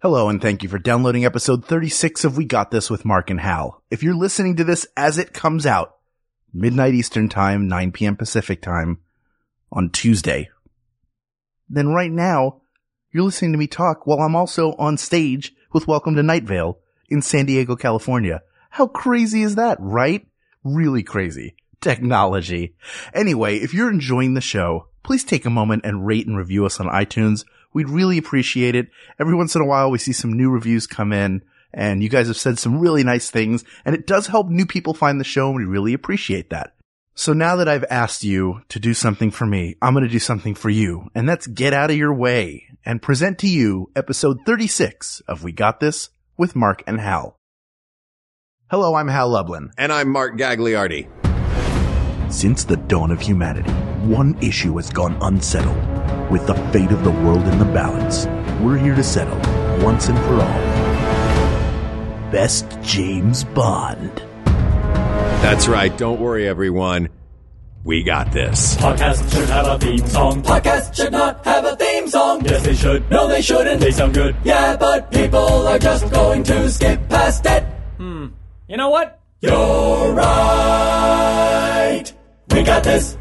Hello, and thank you for downloading episode 36 of We Got This with Mark and Hal. If you're listening to this as it comes out, midnight Eastern Time, 9 p.m. Pacific Time, on Tuesday, then right now, you're listening to me talk while I'm also on stage with Welcome to Night Vale in San Diego, California. How crazy is that, right? Really crazy. Technology. Anyway, if you're enjoying the show, please take a moment and rate and review us on iTunes. We'd really appreciate it. Every once in a while, we see some new reviews come in and you guys have said some really nice things and it does help new people find the show and we really appreciate that. So now that I've asked you to do something for me, I'm going to do something for you and that's get out of your way and present to you episode 36 of We Got This with Mark and Hal. Hello, I'm Hal Lublin. And I'm Mark Gagliardi. Since the dawn of humanity, one issue has gone unsettled. With the fate of the world in the balance, we're here to settle, once and for all. Best James Bond. That's right. Don't worry, everyone. We got this. Podcasts should have a theme song. Podcasts should not have a theme song. Yes, they should. No, they shouldn't. They sound good. Yeah, but people are just going to skip past it. Hmm. You know what? You're right. We got this.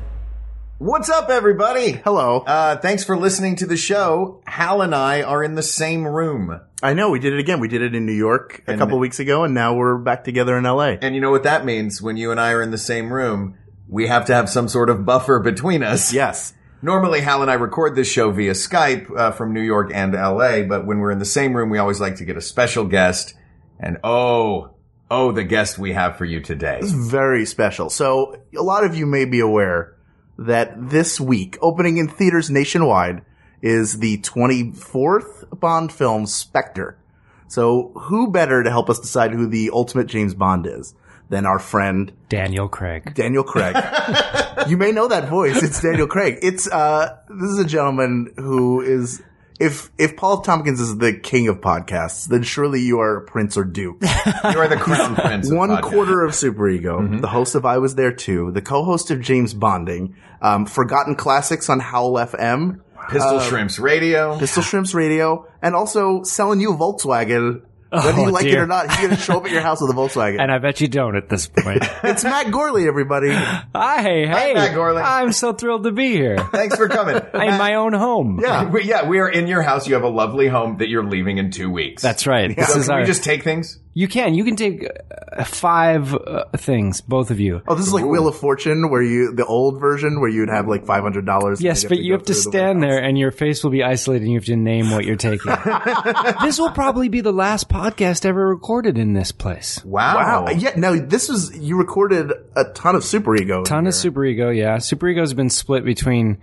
What's up, everybody? Hello. Uh, thanks for listening to the show. Hal and I are in the same room. I know we did it again. We did it in New York a And- couple weeks ago, and now we're back together in LA. And you know what that means when you and I are in the same room? We have to have some sort of buffer between us. Yes. Normally, Hal and I record this show via Skype uh, from New York and LA, but when we're in the same room, we always like to get a special guest. And oh, oh, the guest we have for you today. very special. So a lot of you may be aware that this week, opening in theaters nationwide, is the 24th Bond film Spectre. So who better to help us decide who the ultimate James Bond is than our friend Daniel Craig. Daniel Craig. you may know that voice. It's Daniel Craig. It's uh this is a gentleman who is if if Paul Tompkins is the king of podcasts, then surely you are prince or duke. You are the crown prince. of One podcast. quarter of Superego, Mm-hmm. the host of I Was There Too, the co-host of James Bonding, um, Forgotten Classics on Howl FM, Pistol Shrimps Radio. Pistol Shrimps Radio, and also selling you a Volkswagen. Whether you Oh, like it dear. or not, he's going to show up at your house with a Volkswagen. And I bet you don't at this point. hey, it's Matt Gorley, everybody. hey. Matt Gorley. I'm so thrilled to be here. Thanks for coming. in my own home. Yeah. We- yeah, we are in your house. You have a lovely home that you're leaving in two weeks. That's right. This So is can our. we just take things? you can. You can take uh, five uh, things, both of you. Oh, this is like Wheel of Fortune, where you the old version where you'd have like five hundred dollars. Yes, but you have to stand there and your face will be isolated and you have to name what you're taking. this will probably be the last podcast ever recorded in this place. Wow. Yeah. Now this was you recorded a ton of Super Ego. Ton of Superego, yeah. Superego's been split between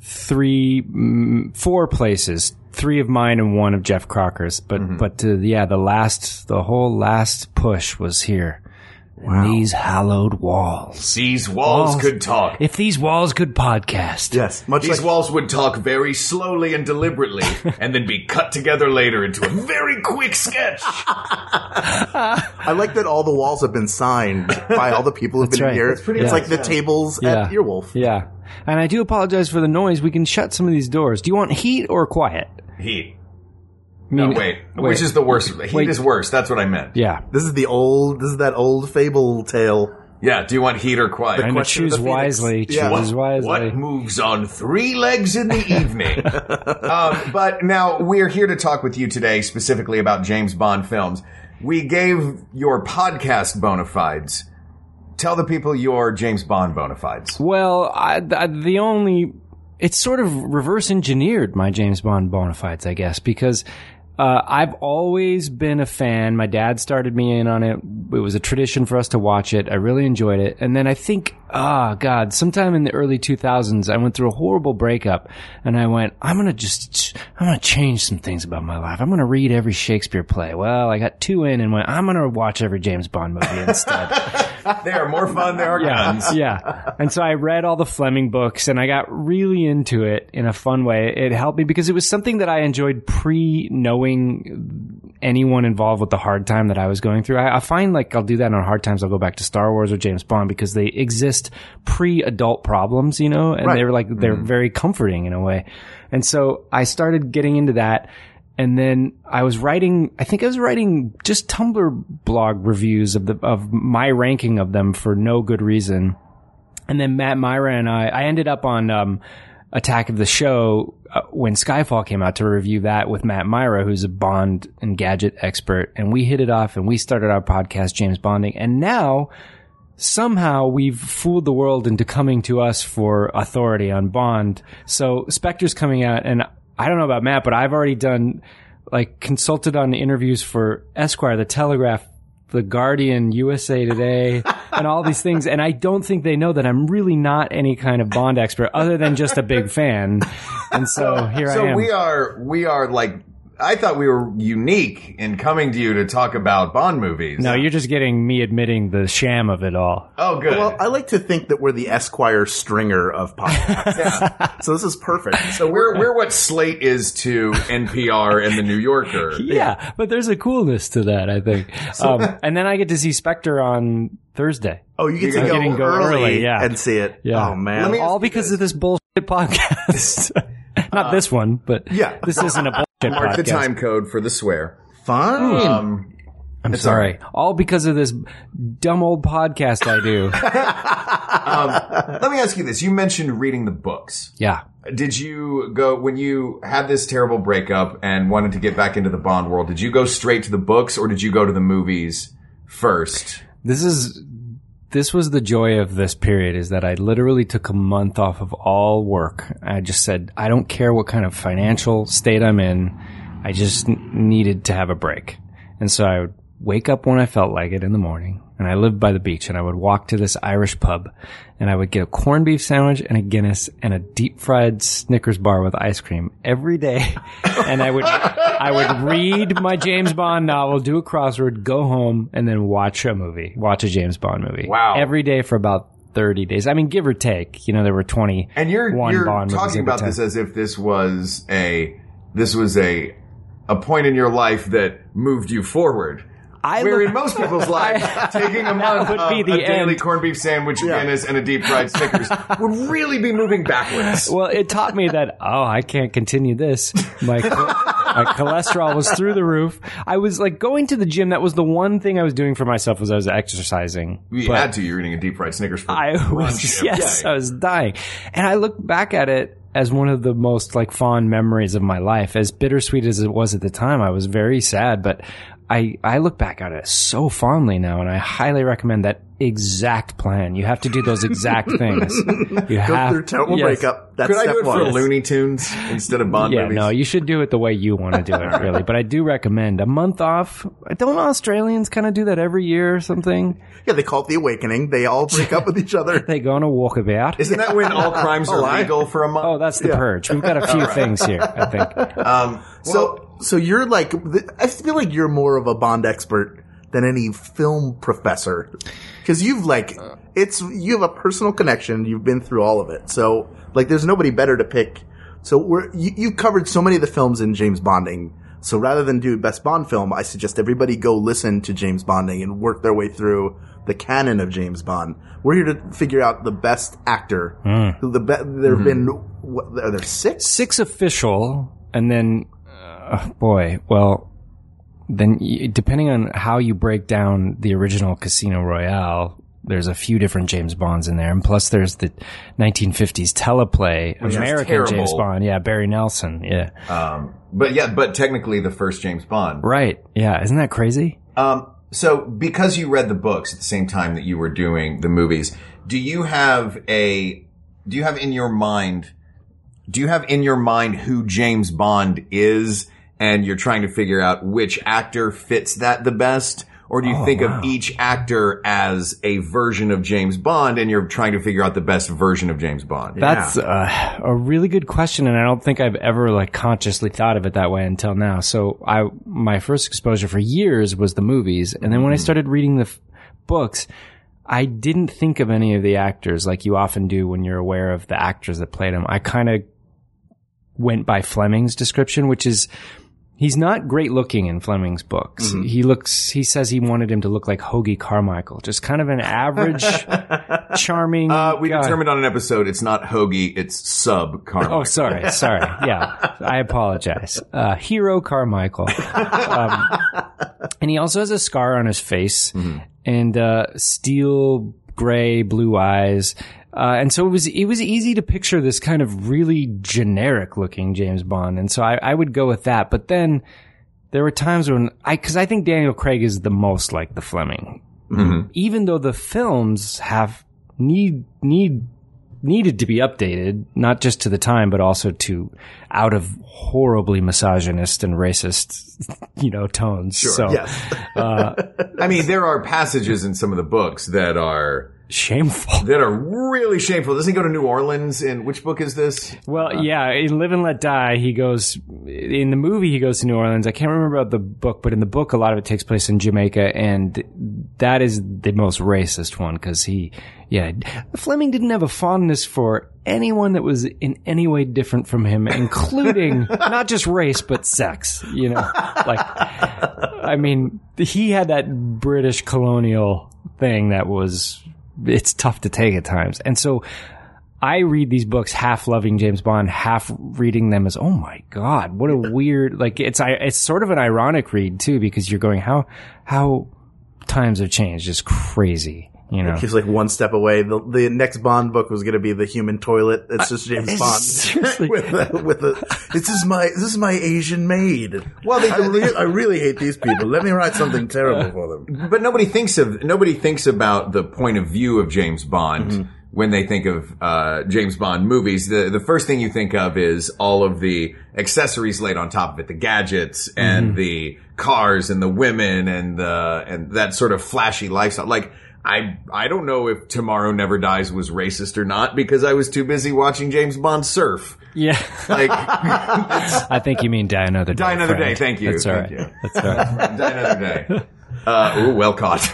three, mm, four places. Three of mine and one of Jeff Crocker's. But, but uh, yeah, the last, the whole last push was here. In these hallowed walls. These walls, Walls. could talk. If these walls could podcast. Yes. Much These like walls would talk very slowly and deliberately, and then be cut together later into a very quick sketch. I like that all the walls have been signed by all the people who've been right. here. It's, It's pretty like nice, the tables at Earwolf. Yeah. And I do apologize for the noise. We can shut some of these doors. Do you want heat or quiet? Heat. I mean, No, wait. Which is the worst? Heat Wait. is worse. That's what I meant. Yeah. This is the old. This is that old fable tale. Yeah. Do you want heat or quiet? And question of choose the Phoenix. wisely. Choose Yeah. wisely. What moves on three legs in the evening? um, but now we're here to talk with you today specifically about James Bond films. We gave your podcast bona fides. Tell the people your James Bond bona fides. Well, I, th- the only it's sort of reverse engineered my James Bond bona fides, I guess, because uh, I've always been a fan. My dad started me in on it. It was a tradition for us to watch it. I really enjoyed it. And then I think, ah, God, sometime in the early 2000s, I went through a horrible breakup, and I went, I'm gonna just, I'm gonna change some things about my life. I'm gonna read every Shakespeare play. Well, I got two in, and went, I'm gonna watch every James Bond movie instead. They are more fun. There are guns. Yeah. And so I read all the Fleming books and I got really into it in a fun way. It helped me because it was something that I enjoyed pre knowing anyone involved with the hard time that I was going through. I, I find like I'll do that on hard times. I'll go back to Star Wars or James Bond because they exist pre adult problems, you know, and they were like, they're very comforting in a way. And so I started getting into that and then I was writing. I think I was writing just Tumblr blog reviews of the of my ranking of them for no good reason. And then Matt Myra and I, I ended up on um, Attack of the Show uh, when Skyfall came out to review that with Matt Myra, who's a Bond and gadget expert, and we hit it off and we started our podcast James Bonding, and now somehow we've fooled the world into coming to us for authority on Bond. So Spectre's coming out, and I don't know about Matt, but I've already done like consulted on interviews for Esquire, The Telegraph, The Guardian, USA Today, and all these things. And I don't think they know that I'm really not any kind of Bond expert other than just a big fan. And so here so I am. we are we are like I thought we were unique in coming to you to talk about Bond movies. no, you're just getting me admitting the sham of it all. Oh, good. Well, I like to think that we're the Esquire stringer of podcasts. So this is perfect. So we're we're we're what Slate is to NPR and the New Yorker. yeah, but there's a coolness to that, I think. Um, and then I get to see Spectre on Thursday. oh, you get to You're go, getting go early, early, yeah. and see it. Yeah. Oh man. Let me- all because of this bullshit podcast. Not this one, but Yeah. this isn't a bullshit Mark podcast. the time code for the swear. Hmm. Fun. Um, I'm sorry. All because of this dumb old podcast I do. Um, let me ask you this: You mentioned reading the books. yeah. Did you go when you had this terrible breakup and wanted to get back into the Bond world? Did you go straight to the books or did you go to the movies first? This is this was the joy of this period is that I literally took a month off of all work. I just said I don't care what kind of financial state I'm in. I just n- needed to have a break. And so I would wake up when I felt like it in the morning and I lived by the beach and I would walk to this Irish pub and I would get a corned beef sandwich and a Guinness and a deep fried Snickers bar with ice cream every day. And I would, I would read my James Bond novel, do a crossword, go home and then watch a movie, watch a James Bond movie. Wow. Every day for about 30 days. I mean, give or take, you know, there were 20. And you're One you're Bond movies talking at about a this as if this was a this was a a point in your life that moved you forward. I Where look- in most people's lives, taking a month would of be the a daily end. corned beef sandwich, Guinness, and a deep fried Snickers would really be moving backwards. Well, it taught me that oh, I can't continue this. My my cholesterol was through the roof. I was like going to the gym. That was the one thing I was doing for myself was I was exercising. You But- had to. You're eating a deep fried Snickers. For I was lunch every yes, day. I was dying. And I look back at it as one of the most like fond memories of my life. As bittersweet as it was at the time, I was very sad, but I I look back at it so fondly now and I highly recommend that exact plan. You have to do those exact things. You Go have through total Ah, yes. breakup. That's Could I step do it one. for Looney Tunes instead of Bond yeah, movies? no, you should do it the way you want to do it, really. But I do recommend a month off. Don't Australians kind of do that every year or something? Yeah, they call it the awakening. They all break up with each other. They go on a walkabout. Isn't that when all crimes are legal for a month? oh, that's the purge. We've got a few things here, I think. um, so so, so you're like, th- I feel like you're more of a Bond expert than any film professor because you've like, it's you have a personal connection. You've been through all of it, so like, there's nobody better to pick. So we're you, you covered so many of the films in James Bonding. So rather than do best Bond film, I suggest everybody go listen to James Bonding and work their way through the canon of James Bond. We're here to figure out the best actor. Who The be- there have been what, are there six? Six official, and then, uh, boy, well, then y- depending on how you break down the original Casino Royale, there's a few different James Bonds in there, and plus there's the 1950s teleplay is American James terrible. Bond. Yeah, Barry Nelson. Yeah, Um, but yeah, but technically the first James Bond. right. Yeah, isn't that crazy? Um, so because you read the books at the same time that you were doing the movies, do you have a, do you have in your mind, do you have in your mind who James Bond is and you're trying to figure out which actor fits that the best? Or do you Oh, think of each actor as a version of James Bond and you're trying to figure out the best version of James Bond? That's uh, a really good question, and I don't think I've ever like consciously thought of it that way until now. So I, my first exposure for years was the movies, and then when I started reading the f- books, I didn't think of any of the actors like you often do when you're aware of the actors that played them. I kind of went by Fleming's description, which is He's not great looking in Fleming's books. He looks. He says he wanted him to look like Hoagie Carmichael, just kind of an average, charming. Uh, we guy. determined on an episode it's not Hoagie, it's Sub Carmichael. Oh, sorry, sorry. Yeah, I apologize. Uh, Hero Carmichael, um, and he also has a scar on his face and uh, steel gray blue eyes. Uh, and so it was it was easy to picture this kind of really generic looking James Bond, and so I, I would go with that. But then there were times when I because I think Daniel Craig is the most like the Fleming, even though the films have need need needed to be updated, not just to the time, but also to out of horribly misogynist and racist, you know, tones. so I mean, there are passages in some of the books that are shameful. that are really shameful. Doesn't he go to New Orleans? And which book is this? Well, yeah, in Live and Let Die, he goes, in the movie, he goes to New Orleans. I can't remember about the book, but in the book, a lot of it takes place in Jamaica, and that is the most racist one because he, yeah, Fleming didn't have a fondness for anyone that was in any way different from him, including not just race, but sex, you know? Like, I mean, he had that British colonial thing that was, it's tough to take at times. And so, I read these books half loving James Bond, half reading them as oh my god, what a weird like it's I it's sort of an ironic read too because you're going how how times have changed is crazy, you know. He's like one step away. The, the next Bond book was going to be the Human Toilet. It's just James Bond seriously. with a, with a. This is my this is my Asian maid. Well, I, re- I really hate these people. Let me write something terrible for them. But nobody thinks of nobody thinks about the point of view of James Bond when they think of uh, James Bond movies. The the first thing you think of is all of the accessories laid on top of it, the gadgets and the cars and the women and the and that sort of flashy lifestyle. Like I I don't know if Tomorrow Never Dies was racist or not because I was too busy watching James Bond surf. yeah. Like I think you mean die another day. Die Another Day, friend. thank you, That's all thank right. That's all right. die another day. Uh, ooh, well caught.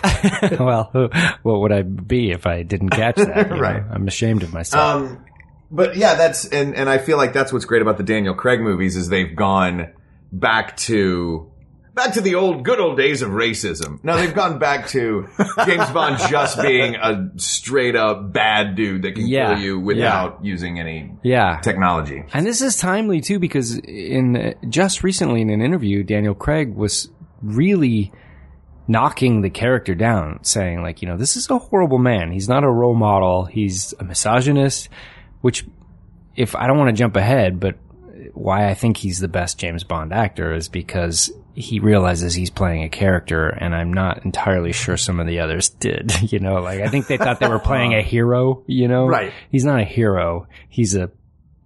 well, who- what would I be if I didn't catch that? you know? Right. I'm ashamed of myself. Um, but yeah, that's and and I feel like that's what's great about the Daniel Craig movies is they've gone back to back to the old good old days of racism. No, they've gone back to James Bond just being a straight up bad dude that can Yeah, kill you without using any yeah. technology. And this is timely too because in just recently in an interview, Daniel Craig was really knocking the character down, saying like, you know, this is a horrible man. He's not a role model. He's a misogynist. Which, if I don't want to jump ahead, but why I think he's the best James Bond actor is because he realizes he's playing a character, and I'm not entirely sure some of the others did. You know, like I think they thought they were playing a hero. You know, Right. He's not a hero. He's a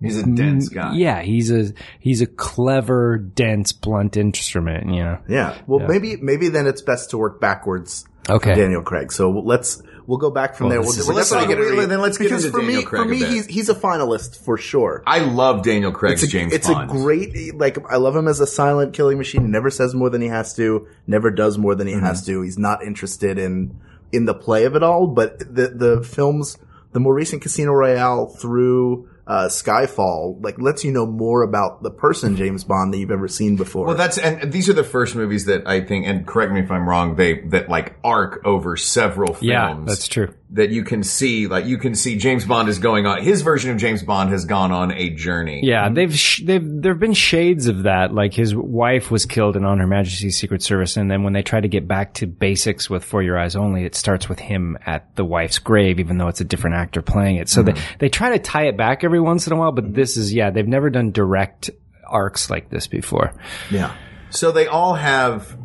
He's a dense guy. Mm, yeah, he's a he's a clever, dense, blunt instrument. You know. Yeah. Well, maybe maybe then it's best to work backwards. Okay. Daniel Craig. So let's we'll go back from there. this is We'll, Let's not get into- then let's get because into for me- Daniel for Craig me, a bit. he's- he's a finalist for sure. I love Daniel Craig's it's a, James it's Bond. a great like I love him as a silent killing machine. Never says more than he has to. Never does more than he has Mm-hmm. to. He's not interested in in the play of it all. But the the films, the more recent Casino Royale through uh, Skyfall, like lets you know more about the person James Bond that you've ever seen before. Well, that's and these are the first movies that I think, and correct me if I'm wrong, they that like arc over several films. Yeah, that's true. That you can see, like you can see, James Bond is going on. His version of James Bond has gone on a journey. Yeah, they've sh- they've there've been shades of that. Like his wife was killed in On Her Majesty's Secret Service, and then when they try to get back to basics with For Your Eyes Only, it starts with him at the wife's grave, even though it's a different actor playing it. So they Mm-hmm. they try to tie it back every once in a while, but this is yeah, they've never done direct arcs like this before. yeah. So they all have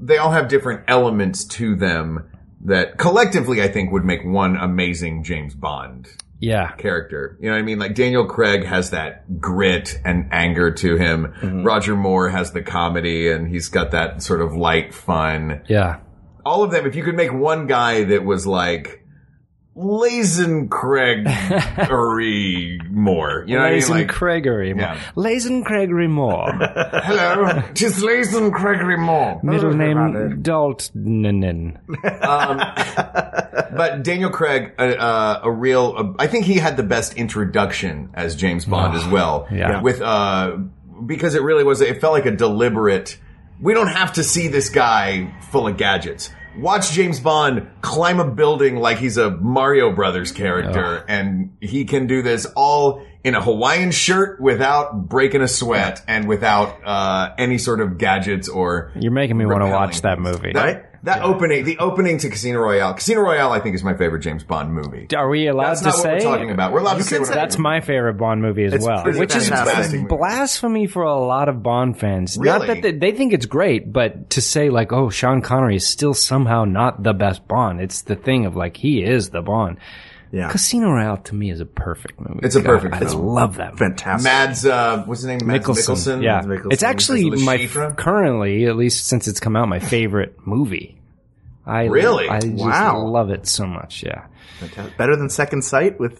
they all have different elements to them that collectively I think would make one amazing James Bond Yeah, character. You know what I mean? Like Daniel Craig has that grit and anger to him. Roger Moore has the comedy and he's got that sort of light fun. yeah, all of them, if you could make one guy that was like Lazen Craig Moore, you know what I mean? Lazen Like, Gregory Moore, Yeah. Lazen Gregory Moore. hello, tis Lazen Gregory Moore. Middle name Dalton. Um, But Daniel Craig, a, uh, a real, uh, I think he had the best introduction as James Bond as well. yeah. With, uh, because it really was. It felt like a deliberate. We don't have to see this guy full of gadgets. Watch James Bond climb a building like he's a Mario Brothers character, and he can do this all in a Hawaiian shirt without breaking a sweat and without uh, any sort of gadgets or You're making me want to repelling watch that things. movie. That, that opening, the opening to Casino Royale. Casino Royale, I think, is my favorite James Bond movie. Are we allowed That's to not what say? we're talking about. We're allowed to say what That's my favorite Bond movie as well, pretty which is fantastic movie. blasphemy for a lot of Bond fans. Not Really? that they, they think it's great, but to say like, "Oh, Sean Connery is still somehow not the best Bond," it's the thing of like he is the Bond. Yeah. Casino Royale to me is a perfect movie. It's a God, perfect I film. love that. movie. Fantastic. Mads, uh, what's his name? Mads Nicholson. Mikkelsen? yeah, Nicholson. it's actually Is it my Lashifra? currently, at least since it's come out, my favorite movie. I Really? I just Wow. love it so much. Yeah, Fantastic. Better than Second Sight with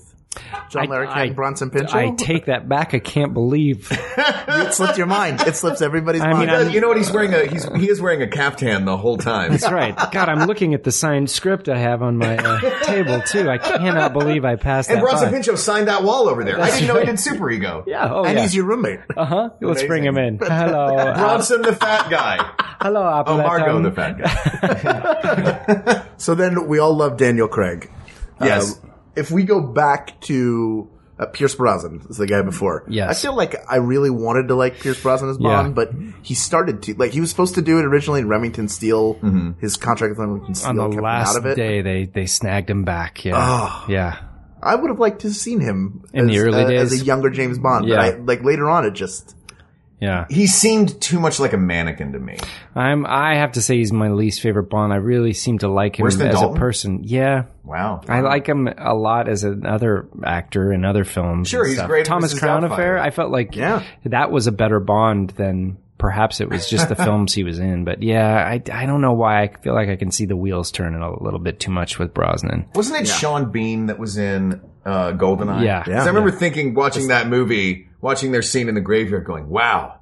John Larroquette I- and Bronson Pinchot. I take that back. I can't believe it slipped your mind. It slips everybody's I mean, mind. I'm- You know what? He's wearing a he's he is wearing a caftan the whole time. That's right. God, I'm looking at the signed script I have on my uh, table too. I cannot believe I passed and that Bronson by. Pinchot signed that wall over there. I didn't know he did Super Ego. Yeah. Oh, and yeah. he's your roommate. Uh huh. Let's Amazing. bring him in. Hello. uh, Bronson the fat guy. hello, Oh, Margot Appleton. the fat guy. So then we all love Daniel Craig. Yes. Uh, if we go back to uh, Pierce Brosnan, is the guy before. Yes. I feel like I really wanted to like Pierce Brosnan as Bond, Yeah. but he started to like he was supposed to do it originally in Remington Steel. His contract with Remington Steel Mm-hmm. On the kept him out last of it. day, they they snagged him back. Yeah. Oh. Yeah. I would have liked to have seen him In the as- early uh, as days. a younger James Bond. Yeah. But I, like later on, it just Yeah. He seemed too much like a mannequin to me. I'm. I have to say he's my least favorite Bond. I really seem to like him Worse than as a Dalton? Uh-huh. person. Yeah. Wow. I like him a lot as another actor in other films. Sure, and he's stuff. great in Thomas Mrs. Crown Doubtfire. Affair. I felt like Yeah. that was a better Bond than perhaps it was just the films he was in. But yeah, I, I don't know why I feel like I can see the wheels turning a little bit too much with Brosnan. Wasn't it Sean Bean that was in uh, Goldeneye? Yeah. 'Cause Yeah. I remember thinking, watching that movie, watching their scene in the graveyard, going, "Wow,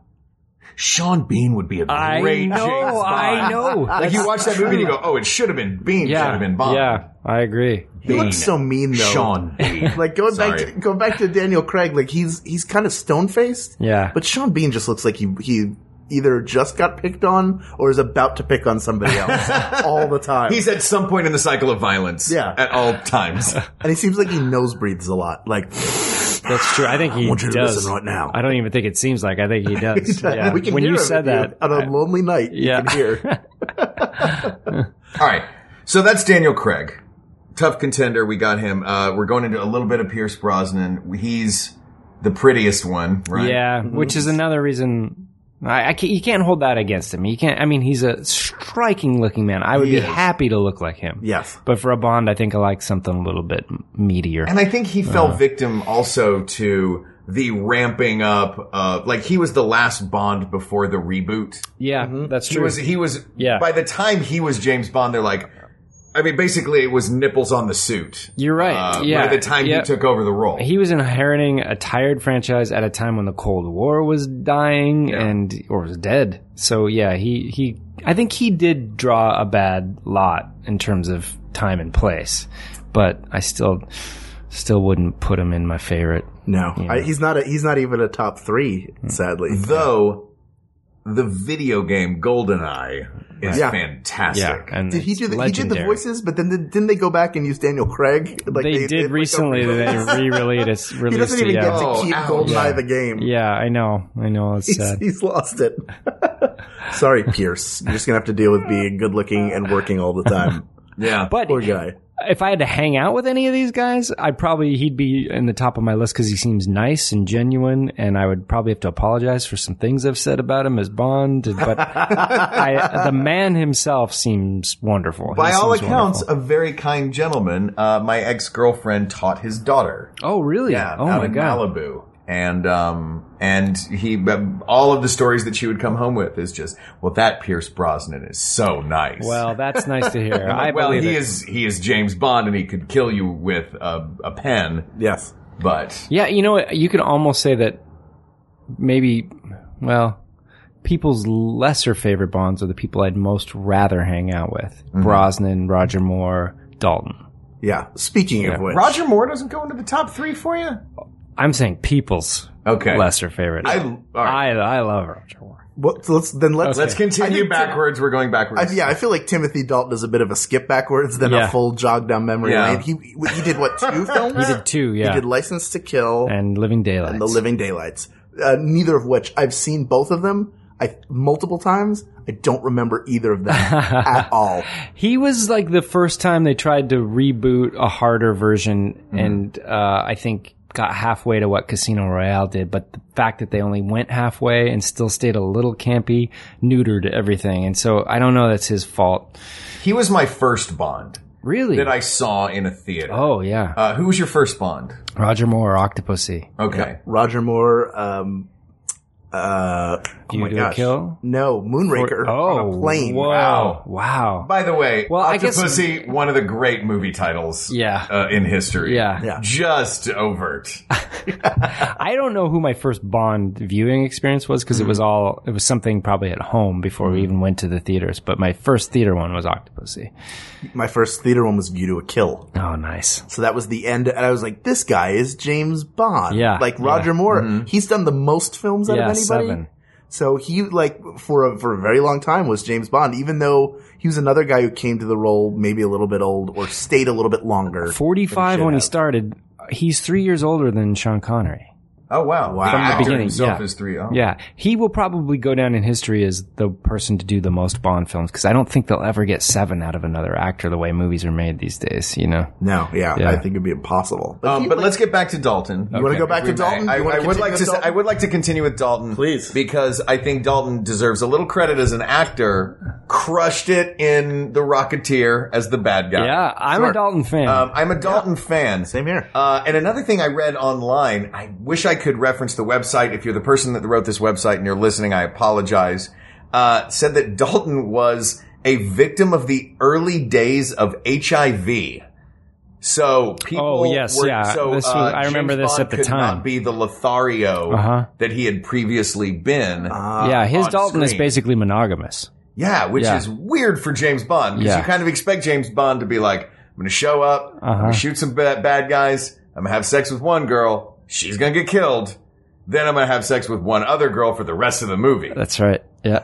Sean Bean would be a great James Bond." know. Like you watch that movie and you go, "Oh, it should have been Bean. yeah, Should have been Bond." yeah, I agree. he Bean. looks so mean though. Sean Bean. Like going Sorry. back, to, going back to Daniel Craig, like he's he's kind of stone faced. Yeah. but Sean Bean just looks like he he either just got picked on or is about to pick on somebody else all the time. He's at some point in the cycle of violence. Yeah. At all times. and he seems like he nose breathes a lot. Like That's true. I think he want you to does listen right now. I don't even think it seems like. I think he does. Yeah. we can when hear you him said at that, the- on a lonely night. Yeah. you can hear. all right. So that's Daniel Craig. Tough contender. We got him. Uh, we're going into a little bit of Pierce Brosnan. He's the prettiest one, right? Yeah, Mm-hmm. which is another reason. I, I can't, you can't hold that against him. You can't. I mean, he's a striking-looking man. I would He be is. happy to look like him. Yes. but for a Bond, I think I like something a little bit meatier. And I think he fell victim also to the ramping up of like he was the last Bond before the reboot. yeah, Mm-hmm. that's He true. was he was Yeah. by the time he was James Bond, they're like I mean basically it was nipples on the suit. You're right. Uh, yeah, by the time yeah. he took over the role. He was inheriting a tired franchise at a time when the Cold War was dying and or was dead. So yeah, he he I think he did draw a bad lot in terms of time and place. But I still still wouldn't put him in my favorite. No, I, he's not. A, he's not even a top three. Mm. Sadly, Mm-hmm. Though the video game GoldenEye is Yeah. fantastic. Yeah, and did he it's do? The, he did the legendary. voices, but then the, didn't they go back and use Daniel Craig? Like They, did like, recently. a- they re-related it. he released doesn't even it, yeah. get to Oh, keep ouch. Goldeneye Yeah. the game. yeah, I know. I know. It's He's, sad. he's lost it. Sorry, Pierce. You're just gonna have to deal with being good looking and working all the time. Yeah. But Poor guy. if I had to hang out with any of these guys, I'd probably he'd be in the top of my list because he seems nice and genuine, and I would probably have to apologize for some things I've said about him as Bond. But I, the man himself seems wonderful. He by all seems accounts, wonderful. a very kind gentleman. Uh, my ex girlfriend taught his daughter. oh really? Yeah, oh out my in god. Malibu. And um and he but all of the stories that she would come home with is just well that Pierce Brosnan is so nice. Well, that's nice to hear. I well believe he it. is he is James Bond and he could kill you with a, a pen, Yes. but Yeah, you know what? You could almost say that maybe, well, people's lesser favorite Bonds are the people I'd most rather hang out with: Mm-hmm. Brosnan, Roger Moore, Dalton. Yeah. Speaking of which, Roger Moore doesn't go into the top three for you. I'm saying people's. Okay. lesser favorite. I, I, all right. I love Roger Moore. Well, so let's then let's. Let's continue backwards. We're going backwards. I, yeah, I feel like Timothy Dalton is a bit of a skip backwards, then Yeah. a full jog down memory Yeah. lane. He he did what two films? He did two, yeah, He did License to Kill and, and Living Daylights. The Living Daylights. Uh, neither of which I've seen both of them I multiple times. I don't remember either of them at all. He was like the first time they tried to reboot a harder version, and uh, I think got halfway to what Casino Royale did. But the fact that they only went halfway and still stayed a little campy neutered everything. And so I don't know that's his fault, He was my first Bond really. that I saw in a theater. oh yeah, Uh, who was your first Bond? Roger Moore, Octopussy. Okay. Roger Moore. Um, uh, oh You my Do a gosh. Kill? oh, No, Moonraker on a plane. Wow, wow. By the way, Well, I guess- Octopussy, one of the great movie titles Yeah. uh, in history. yeah. Yeah. Just overt. I don't know who my first Bond viewing experience was because it was all it was something probably at home before we even went to the theaters. But my first theater one was Octopussy. My first theater one was View to a Kill. Oh, nice. So that was the end. And I was like, this guy is James Bond. Yeah, Like yeah. Roger Moore. He's done the most films out Yeah, of anybody. seven. So he like for a for a very long time was James Bond, even though he was another guy who came to the role maybe a little bit old or stayed a little bit longer. Forty-five when he have. started. He's three years older than Sean Connery. Oh, wow. Wow. From the actor beginning, himself yeah. is three. oh. Yeah, he will probably go down in history as the person to do the most Bond films because I don't think they'll ever get seven out of another actor the way movies are made these days. You know? No, yeah, Yeah. I think it'd be impossible. But, Um, he, but like, let's get back to Dalton. You wanna go back to Dalton? I, You wanna I would continue like with to. Say, Dalton? I would like to continue with Dalton, Please. because I think Dalton deserves a little credit as an actor. Crushed it in The Rocketeer as the bad guy. Yeah, I'm a Dalton fan. Um, I'm a Dalton fan. same here. Uh, and another thing I read online, I wish I could reference the website. If you're the person that wrote this website and you're listening, I apologize. Uh, said that Dalton was a victim of the early days of HIV. So people. Oh, yes, were, yeah. So, This uh, was- I remember James this Bond at the could time. Not be the Lothario Uh-huh. Uh, that he had previously been. yeah, his on Dalton is screen. basically monogamous. Yeah, which Yeah. is weird for James Bond because Yeah. you kind of expect James Bond to be like, I'm going to show up, I'm going to Uh-huh. shoot some ba- bad guys, I'm going to have sex with one girl, she's going to get killed, then I'm going to have sex with one other girl for the rest of the movie. That's right. Yeah.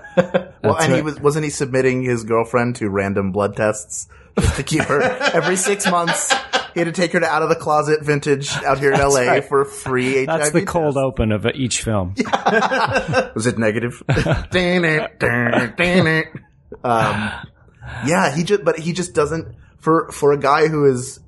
well, and he right. was wasn't he submitting his girlfriend to random blood tests just to keep her every six months. He had to take her to out of the closet vintage out here in LA for free HIV. That's the cold test. open of each film. Was it negative? Dang it, dang it, dang it. um, yeah, he just, but he just doesn't, for, for a guy who is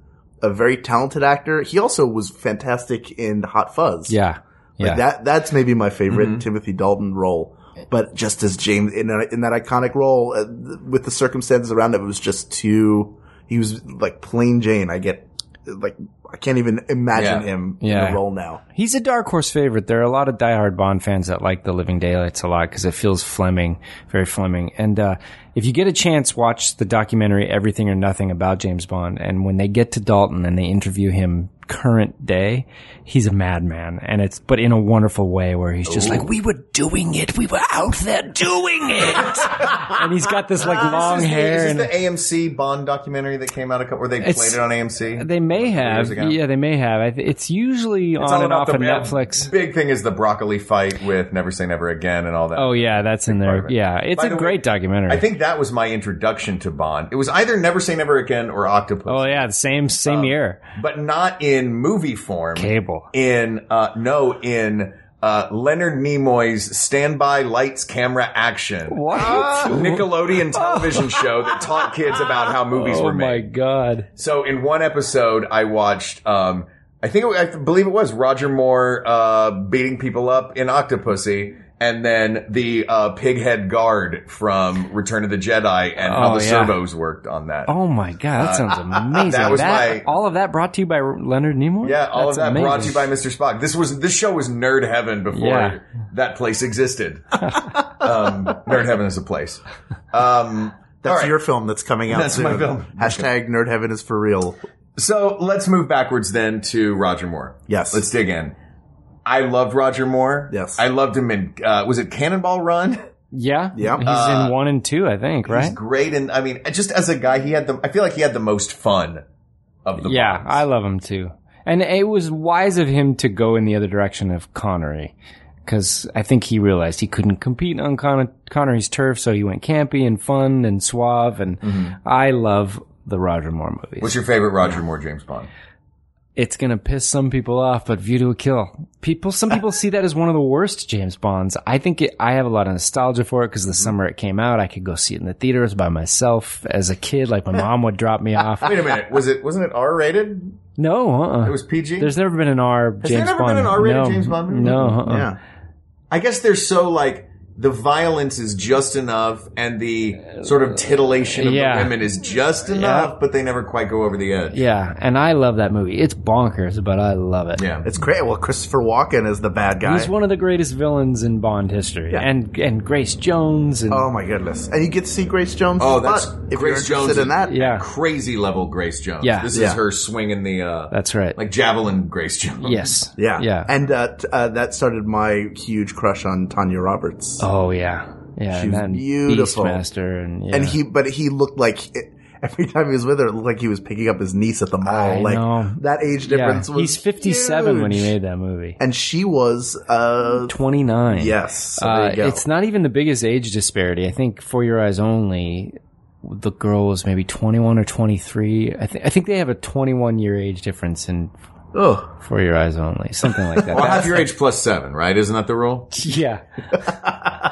a very talented actor, he also was fantastic in Hot Fuzz. Yeah. Like Yeah. that, that's maybe my favorite Mm-hmm. Timothy Dalton role. But just as James, in, that- in that iconic role, uh, th- with the circumstances around it, it was just too, he was like plain Jane. I get, like, I can't even imagine Yeah. him Yeah. in a role now. He's a dark horse favorite. There are a lot of diehard Bond fans that like The Living Daylights a lot because it feels Fleming, very Fleming. And uh, if you get a chance, watch the documentary Everything or Nothing about James Bond. And when they get to Dalton and they interview him current day, he's a madman, and it's but in a wonderful way where he's just like, "We were doing it. We were out there doing it." and he's got this like long Is Ah, this the- hair. Is and- this the AMC Bond documentary that came out a couple, where they It's- played it on AMC? They may have, ago. yeah, they may have. I th- It's usually on and off of Netflix. Big thing is the broccoli fight with Never Say Never Again and all that. Oh yeah, that's in part there. of it. Yeah, it's By a the way, great documentary. I think that was my introduction to Bond. It was either Never Say Never Again or Octopus, Oh yeah, the same same year. but not in movie form. Cable. in uh no in uh Leonard Nimoy's standby lights camera action. What? Uh, Nickelodeon television show that taught kids about how movies oh were made. my god. So in one episode, I watched. Um, I think it, I believe it was Roger Moore uh, beating people up in Octopussy, and then the uh, pighead guard from Return of the Jedi, and how Oh, the yeah. servos worked on that. Oh my god, that sounds amazing. Uh, that was my- all of that brought to you by Leonard Nimoy. Yeah, all That's of that brought to you amazing. by Mr. Spock. This was this show was nerd heaven before Yeah. that place existed. um, nerd heaven is a place. Um, all That's right. your film that's coming out That's soon. my film. Hashtag Nerd Heaven is for real. So let's move backwards then to Roger Moore. Yes. let's dig in. I loved Roger Moore. Yes. I loved him in uh, was it Cannonball Run? Yeah, Yeah. He's Uh, in one and two, I think. Right. He's great, and I mean, just as a guy, he had the. I feel like he had the most fun of the. Yeah, Bonds. I love him too. And it was wise of him to go in the other direction of Connery. Because I think he realized he couldn't compete on Con- Connery's turf, so he went campy and fun and suave. And Mm-hmm. I love the Roger Moore movies. What's your favorite Roger Moore James Bond? it's going to piss some people off, but View to a Kill. People, some people see that as one of the worst James Bonds. I think it, I have a lot of nostalgia for it because Mm-hmm. the summer it came out, I could go see it in the theaters by myself as a kid. Like my mom would drop me off. Wait a minute, was it wasn't it R rated? No, uh-uh. It was PG. There's never been an R James Has there never Bond. been an R rated no, James Bond movie? No, uh-uh. Yeah. I guess they're so like the violence is just enough and the sort of titillation of Yeah. the women is just enough, but they never quite go over the edge. yeah. And I love that movie. It's bonkers, but I love it. Yeah. It's great. Well, Christopher Walken is the bad guy. He's one of the greatest villains in Bond history, Yeah. and and Grace Jones, and Oh my goodness! And you get to see Grace Jones. Oh, that's butt if Grace you're Jones interested in that. yeah, Crazy level Grace Jones. Yeah. This Yeah. is her swinging the uh that's right. like javelin Grace Jones. yes, yeah, yeah. And uh, t- uh, that started my huge crush on Tanya Roberts. Oh yeah, yeah. She and was then beautiful. Beastmaster and yeah. And he, but he looked like every time he was with her, it looked like he was picking up his niece at the mall. I like know. that age Yeah, difference was he's fifty seven when he huge. made that movie. and she was uh Twenty nine. yes. So there uh, you go. it's not even the biggest age disparity. I think for your eyes only, the girl was maybe twenty one or twenty three. I think I think they have a twenty one year age difference in Ugh. for your eyes only, something like Well, that. half your age plus seven, right? Isn't that the rule? yeah,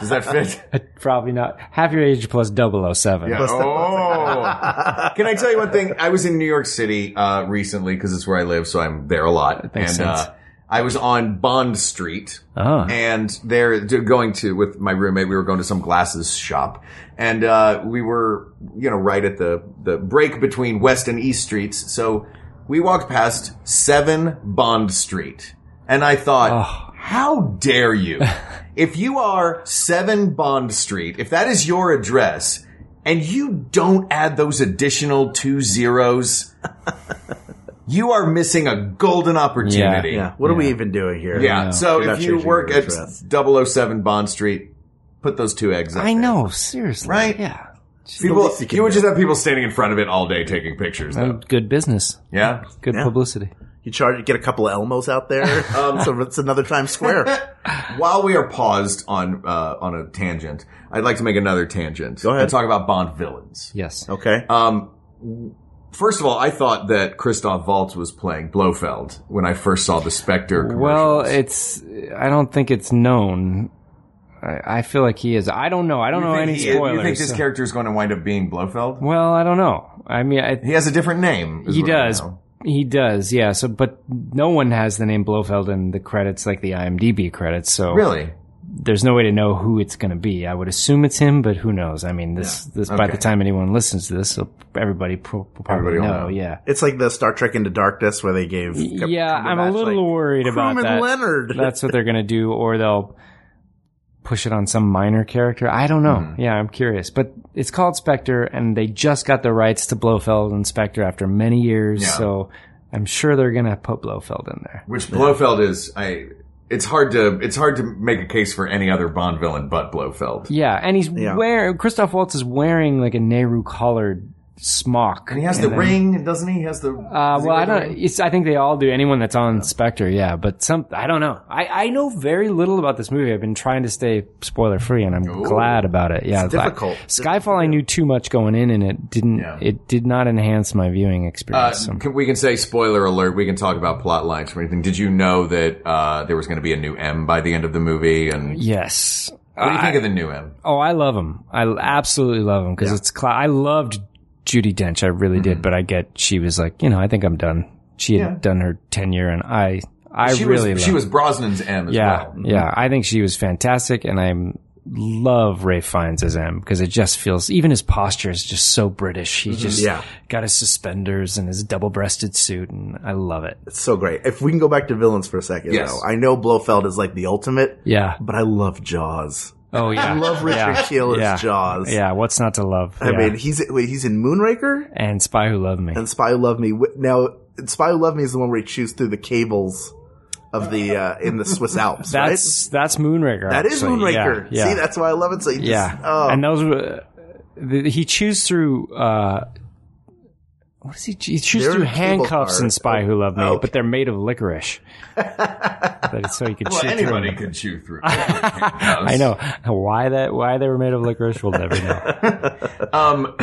Does that fit? probably not half your age plus 007. Yeah. Oh. Can I tell you one thing? I was in New York City uh, recently because it's where I live, so I'm there a lot. makes and sense. Uh, I was on Bond Street, Uh-huh. Ah. and there d- going to with my roommate. We were going to some glasses shop, and uh, we were you know right at the the break between West and East Streets. So we walked past Seven Bond Street, and I thought, how dare you? if you are Seven Bond Street, if that is your address, and you don't add those additional two zeros. You are missing a golden opportunity. Yeah. What are we even doing here? Yeah. So You're not if you changing your work at address. 007 Bond Street, put those two eggs. up I there. know, seriously, Right? Yeah, People, least you can you would do. just have people standing in front of it all day taking pictures. Though. good business, Yeah. good Yeah. publicity. You charge, get a couple of Elmos out there. Um, so it's another Times Square. While we are paused on uh, on a tangent, I'd like to make another tangent. Go ahead. And talk about Bond villains. Yes. Okay. Um, first of all, I thought that Christoph Waltz was playing Blofeld when I first saw the Spectre. Commercials. Well, it's. I don't think it's known. I, I feel like he is. I don't know. I don't you know think, any he- spoilers. you think this so- character is going to wind up being Blofeld? Well, I don't know. I mean, I, He has a different name. is he what I does. know. He does. Yeah. So, but no one has the name Blofeld in the credits, like the IMDb credits. So Really? there's no way to know who it's going to be. I would assume it's him, but who knows? I mean, this this by Okay. the time anyone listens to this, so everybody pro- will probably Everybody will know. know. Yeah. It's like the Star Trek Into Darkness where they gave. Yeah, I'm a Cumberbatch, little like, worried about Crewman that. Leonard. That's what they're going to do, or they'll push it on some minor character. I don't know. Mm-hmm. Yeah, I'm curious. But it's called Spectre, and they just got the rights to Blofeld and Spectre after many years, Yeah. so I'm sure they're going to put Blofeld in there. Which Blofeld is I it's hard to it's hard to make a case for any other Bond villain but Blofeld. Yeah, and he's Yeah. wearing, Christoph Waltz is wearing like a Nehru collared smock. And he has the then- ring, doesn't he? He has the Uh, does he well, wear I the don't. ring? It's, I think they all do. Anyone that's on Spectre, yeah. But some, I don't know. I, I know very little about this movie. I've been trying to stay spoiler free, and I'm glad about it. Yeah, I- difficult. Skyfall, I knew too much going in, and it didn't. Yeah. It did not enhance my viewing Uh, experience. so- can, we can say spoiler alert. We can talk about plot lines or anything. Did you know that uh, there was going to be a new M by the end of the movie? And yes. what do you I- think of the new M? Oh, I love him. I absolutely love him because it's. Cla- I loved Judy Dench. I really Mm-hmm. did, but I get she was like, you know, I think I'm done. She had done her tenure, and I. I she really was loved she was Brosnan's M as Yeah, well. Mm-hmm. yeah. I think she was fantastic, and I love Ray Fiennes as M because it just feels even his posture is just so British. He just Mm-hmm. Yeah. got his suspenders and his double-breasted suit, and I love it. It's so great. If we can go back to villains for a second, Yes. though. I know Blofeld is like the ultimate, Yeah. but I love Jaws. Oh yeah. I love Richard yeah. Keel as Yeah. Jaws. Yeah. What's not to love? I Yeah. mean, he's wait, he's in Moonraker and Spy Who Loved Me. and Spy Who Loved Me. Wh- Now, Spy Who Loved Me is the one where he chews through the cables of the uh, in the Swiss Alps. right? That's that's Moonraker. That is actually. Yeah, Moonraker. Yeah. See, that's why I love it. So you just, Yeah, oh, and those were the, he chews through. Uh, What is he? He shoots They're through in cable handcuffs cars. in Spy Who Loved Me, Oh, okay. but they're made of licorice. but it's so you can Well, shoot anybody through them. could chew through. I know why that why they were made of licorice. We'll never know. Um,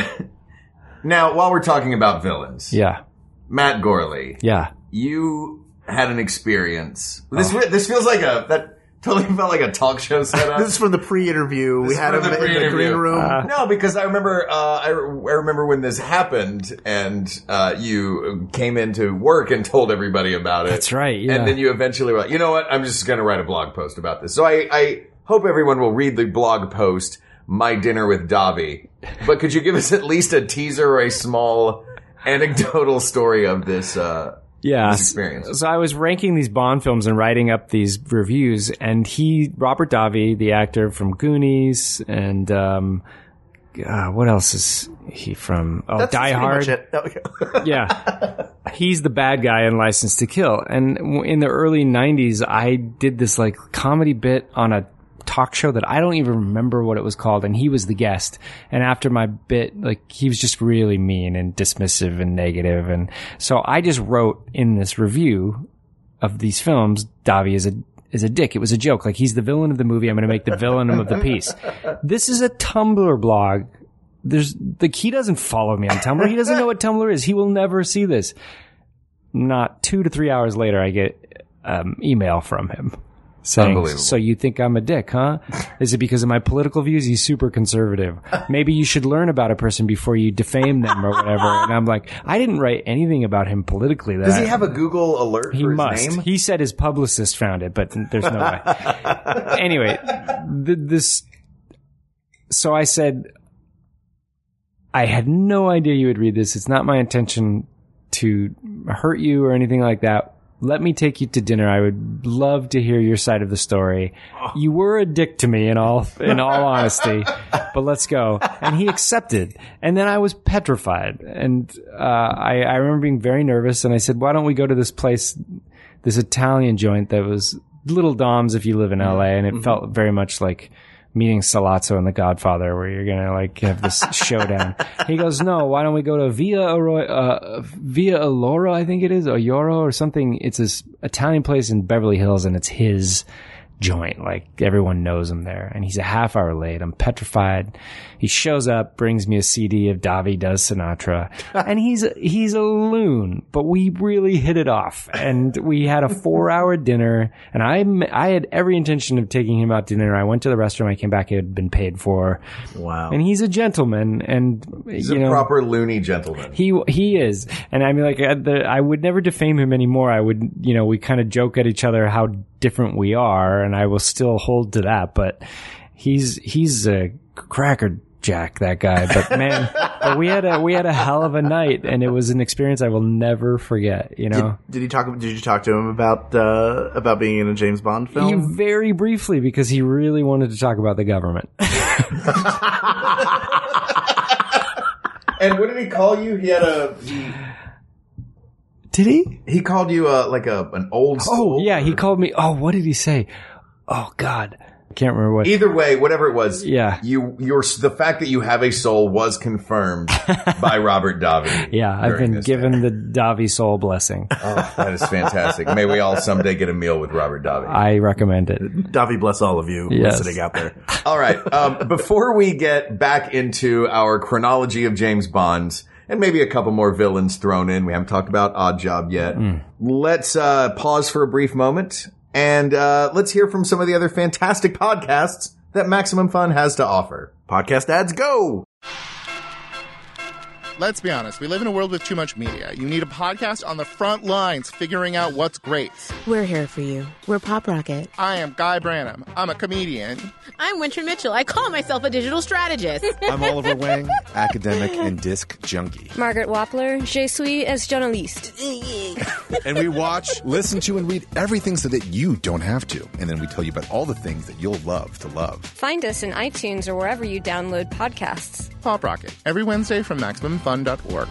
now, while we're talking about villains, Yeah, Matt Gorley, yeah. you had an experience. This Oh. re- this feels like a that totally felt like a talk show setup. This is from the pre-interview. we This had is him from in the the pre-interview. green room. Uh-huh. Uh, no, because I remember uh, I, re- I remember when this happened, and uh, you came into work and told everybody about it. That's right, yeah. And then you eventually were like, you know what? I'm just going to write a blog post about this. So I, I hope everyone will read the blog post, "My Dinner with Dobby." But could you give us at least a teaser or a small anecdotal story of this? Uh, yeah. this experience. So I was ranking these Bond films and writing up these reviews, and he, Robert Davi, the actor from Goonies, and um, uh, what else is he from? Oh, Die pretty Hard. much it. Oh, Okay. yeah. He's the bad guy in License to Kill. And w- in the early 90s, I did this like comedy bit on a talk show that I don't even remember what it was called. And he was the guest. And after my bit, like he was just really mean and dismissive and negative. And so I just wrote in this review of these films, Davi is a is a dick. It was a joke. Like he's the villain of the movie. I'm going to make the villain of the piece. This is a Tumblr blog. There's like he doesn't follow me on Tumblr. He doesn't know what Tumblr is. He will never see this. Not two to three hours later, I get um, email from him saying, Unbelievable. "So you think I'm a dick, huh? Is it because of my political views? He's super conservative. Maybe you should learn about a person before you defame them or whatever." And I'm like, I didn't write anything about him politically. That does I- he have a Google alert he for his must. name? He said his publicist found it, but there's no way. anyway, th- this. So I said, I had no idea you would read this. It's not my intention to hurt you or anything like that. Let me take you to dinner. I would love to hear your side of the story. Oh. You were a dick to me in all in all honesty, but let's go. And he accepted. And then I was petrified, and uh, I, I remember being very nervous. And I said, "Why don't we go to this place, this Italian joint that was Little Dom's if you live in LA?" And it felt very much like meeting Salazzo and The Godfather, where you're gonna like have this showdown. He goes, "No, why don't we go to Via Arroyo, uh, Via Alloro, I think it is, or Yoro or something? It's this Italian place in Beverly Hills, and it's his joint. Like everyone knows him there." And he's a half hour late. I'm petrified. He shows up, brings me a CD of Davi does Sinatra, and he's he's a loon, but we really hit it off, and we had a four hour dinner, and I I had every intention of taking him out to dinner. I went to the restaurant, I came back, it had been paid for, Wow. and he's a gentleman, and He's you a know. proper loony gentleman. he he is, and I mean, like I, the, I would never defame him anymore. I would, you know, we kind of joke at each other how different we are, and I will still hold to that. But he's he's a cracker jack that guy but man but we had a we had a hell of a night and it was an experience i will never forget you know Did you talk? Did you talk to him about uh, about being in a James Bond film? you very briefly because he really wanted to talk about the government And what did he call you? He had a he, did he he called you uh like a an old soul. Oh, yeah he called me oh what did he say oh god can't remember what Either way, whatever it was, Yeah. you your the fact that you have a soul was confirmed by Robert Davi. yeah i've during been this given the davi soul blessing Oh, that is fantastic. May we all someday get a meal with Robert Davi. I recommend it. Davi, bless all of you Yes. listening out there. All right. Um, before we get back into our chronology of James Bonds and maybe a couple more villains thrown in, we haven't talked about Odd Job yet. Hmm. Let's uh, pause for a brief moment and uh, let's hear from some of the other fantastic podcasts that Maximum Fun has to offer. Podcast ads go. Let's be honest, we live in a world with too much media. You need a podcast on the front lines figuring out what's great. We're here for you. We're Pop Rocket. I am Guy Branum. I'm a comedian. I'm Winter Mitchell. I call myself a digital strategist. I'm Oliver Wang, academic and disc junkie. Margaret Wappler, Je suis es journaliste. And we watch, listen to, and read everything so that you don't have to. And then we tell you about all the things that you'll love to love. Find us in iTunes or wherever you download podcasts. Pop Rocket, every Wednesday from MaximumFun.org.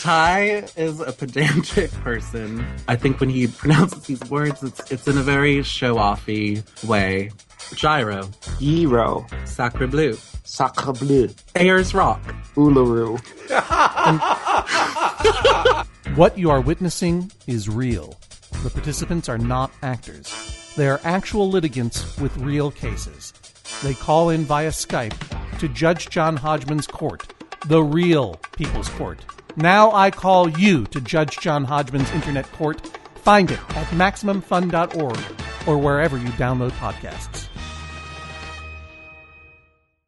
Ty is a pedantic person. I think when he pronounces these words, it's it's in a very show-offy way. Gyro, gyro, sacre bleu, Sacre Bleu, Ayers Rock, Uluru. What you are witnessing is real. The participants are not actors. They are actual litigants with real cases. They call in via Skype to Judge John Hodgman's court, the real People's Court. Now I call you to Judge John Hodgman's internet court. Find it at MaximumFun.org or wherever you download podcasts.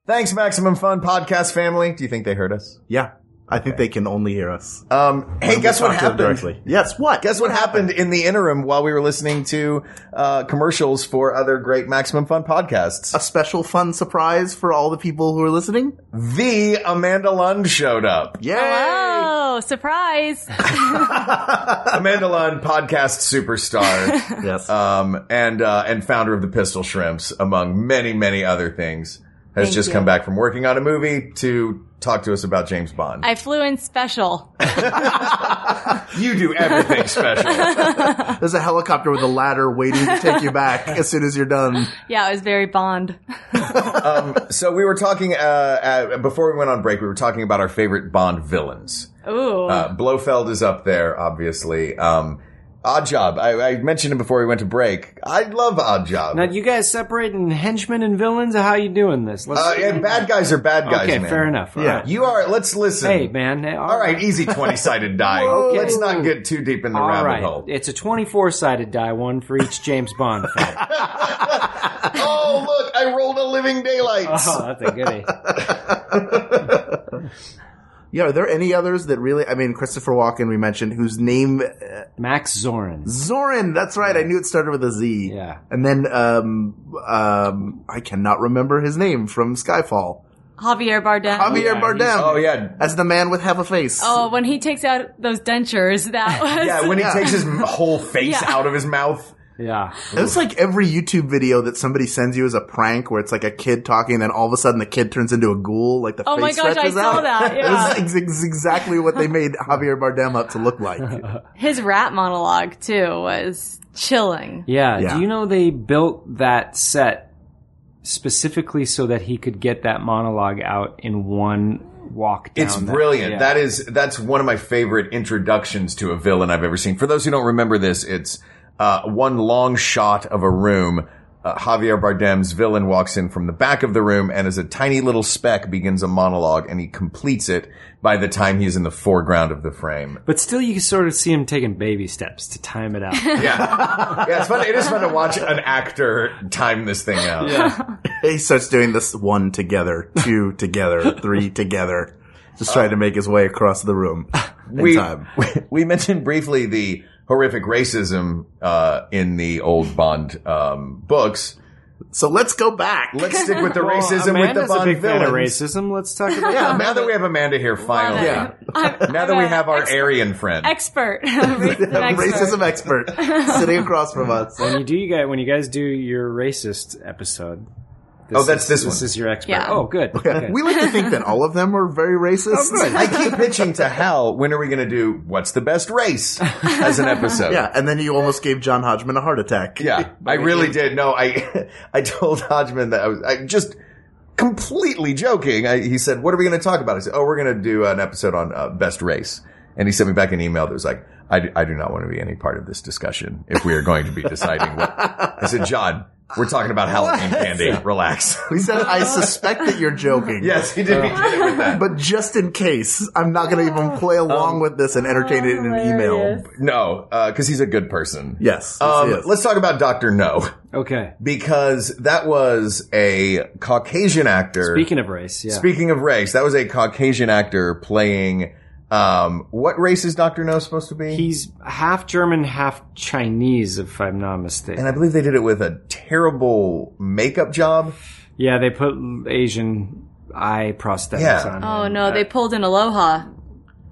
Thanks, Maximum Fun Podcast family. Do you think they heard us? Yeah. I think they can only hear us. Um, hey, We'll guess talk what to them happened? directly. Yes, what? Guess what happened in the interim while we were listening to uh, commercials for other great Maximum Fun podcasts? A special fun surprise for all the people who are listening? The Amanda Lund showed up. Hello, surprise. Amanda Lund, podcast superstar. yes. Um, and, uh, and founder of the Pistol Shrimps, among many, many other things, has Thank just you. come back from working on a movie to talk to us about James Bond. I flew in special. you do everything special. There's a helicopter with a ladder waiting to take you back as soon as you're done. Yeah, it was very Bond. um, so we were talking, uh, uh, before we went on break, we were talking about our favorite Bond villains. Ooh. Uh, Blofeld is up there, obviously. Um, Odd Job. I, I mentioned him before we went to break. I love Odd Job. Now, you guys separating henchmen and villains? How you doing this? Let's- Uh, yeah, bad guys are bad guys. Okay, man. fair enough. All yeah, right. you are. Let's listen. Hey, man. hey, all right, easy twenty-sided die. Okay. Let's not get too deep in the All rabbit right. hole. It's a 24 sided die, one for each James Bond film. oh, look! I rolled a living daylights. oh, that's a goodie. Yeah, are there any others that really? I mean, Christopher Walken, we mentioned, whose name uh, Max Zorin. Zorin. That's right. I knew it started with a Z. Yeah. And then, um, um, I cannot remember his name from Skyfall. Javier Bardem. Javier Bardem Oh yeah, as the man with half a face. Oh, when he takes out those dentures, that was. yeah. When he takes his whole face Yeah. out of his mouth. Yeah. It's like every YouTube video that somebody sends you as a prank, where it's like a kid talking, and then all of a sudden the kid turns into a ghoul. Like the Oh face my gosh, I stretches saw out. that, yeah. This is ex- exactly what they made Javier Bardem up to look like. His rat monologue, too, was chilling. Yeah. Yeah. Do you know they built that set specifically so that he could get that monologue out in one walk down? It's that- brilliant. yeah. That is that's one of my favorite introductions to a villain I've ever seen. For those who don't remember this, it's uh, one long shot of a room. Uh, Javier Bardem's villain walks in from the back of the room, and as a tiny little speck begins a monologue, and he completes it by the time he's in the foreground of the frame. But still, you sort of see him taking baby steps to time it out. Yeah, yeah, it's fun. It is fun to watch an actor time this thing out. he starts doing this one together, two together, three together, just trying to make his way across the room in we, time. we we mentioned briefly the horrific racism uh, in the old Bond um, books. So let's go back. Let's stick with the Well, racism with the Amanda's Bond a big fan villains. of racism. Let's talk about Yeah, now that we have Amanda here, finally. Yeah. I'm- Now I'm that we a have our ex- Aryan friend. expert. Racism expert. Racism expert sitting across from us. when you do you guys when you guys do your racist episode. Oh, that's this is, This one. is your expert. Yeah. Oh, good. Okay. We like to think that all of them are very racist. I keep pitching to Hal, when are we going to do What's the Best Race as an episode? yeah, and then you almost gave John Hodgman a heart attack. Yeah, I really did. No, I I told Hodgman that I was I just completely joking. I, he said, "What are we going to talk about?" I said, "Oh, we're going to do an episode on uh, best race." And he sent me back an email that was like, I, do- "I do not want to be any part of this discussion if we are going to be deciding what." I said, "John, we're talking about Halloween candy. Relax." He said, I suspect that you're joking. yes, he did. He did it with that. But just in case, I'm not going to even play along with this and entertain it in an email. No, because he's a good person. Yes. yes, Um, yes. Let's talk about Doctor No okay. because that was a Caucasian actor. Speaking of race, yeah. Speaking of race, that was a Caucasian actor playing. Um, what race is Doctor No supposed to be? He's half German, half Chinese, if I'm not mistaken. and I believe they did it with a terrible makeup job. yeah, they put Asian eye prosthetics Yeah. on. Oh him. no, they pulled in Aloha.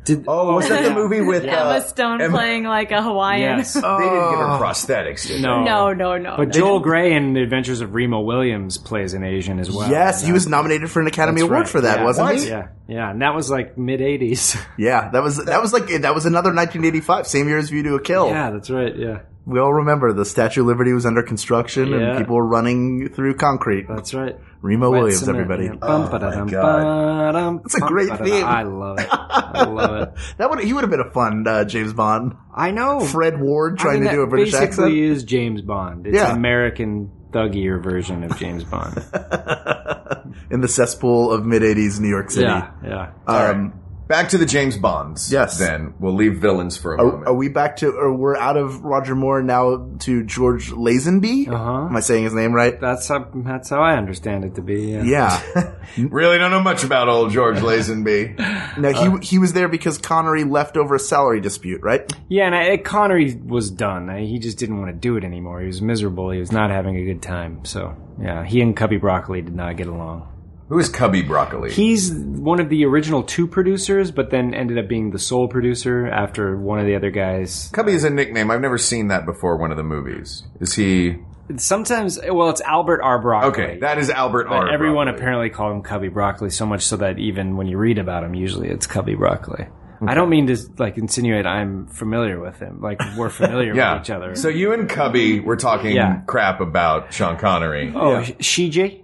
Did, Oh, was that the movie with uh, Emma Stone Emma- playing like a Hawaiian. yes. They didn't give her prosthetics. Did Oh. No. No, no, no. But Joel Gray in The Adventures of Remo Williams plays an Asian as well. yes, And he was that- nominated for an Academy that's Award right. for that, Yeah. wasn't What? he? Yeah, yeah, and that was like mid '80s. Yeah, that was that was like that was another 1985, same year as View to a Kill. yeah, that's right. Yeah, We all remember the Statue of Liberty was under construction Yeah. and people were running through concrete. that's right. Remo Wet Williams, cement, everybody. yeah. Bum, ba-da-dum, ba-dum, That's a bum, great ba-da-dum. theme. I love it. I love it. That would he would have been a fun uh, James Bond. I know. Fred Ward trying Oh. I mean, to do a that British basically accent. is James Bond. It's Yeah. an American thuggier version of James Bond. in the cesspool of mid '80s New York City. Yeah, yeah. Um, Back to the James Bonds. Yes. Oh, Then we'll leave villains for a Are, moment. are we back to, or we're out of Roger Moore now to George Lazenby? Uh-huh. Am I saying his name right? That's how, that's how I understand it to be. Yeah. Yeah. really don't know much about old George Lazenby. now he Uh, he was there because Connery left over a salary dispute, right? Yeah, and I, Connery was done. I, he just didn't want to do it anymore. He was miserable. He was not having a good time. So, yeah, he and Cubby Broccoli did not get along. Who is Cubby Broccoli? He's one of the original two producers, but then ended up being the sole producer after one of the other guys. Cubby is a nickname. I've never seen that before. One of the movies. Is he? Sometimes, well, it's Albert R. Broccoli. Okay, that is Albert But R. everyone apparently called him Cubby Broccoli so much so that even when you read about him, usually it's Cubby Broccoli. I don't mean to like insinuate I'm familiar with him. Like we're familiar Yeah. with each other. So you and Cubby were talking Yeah. crap about Sean Connery. oh, Shiji.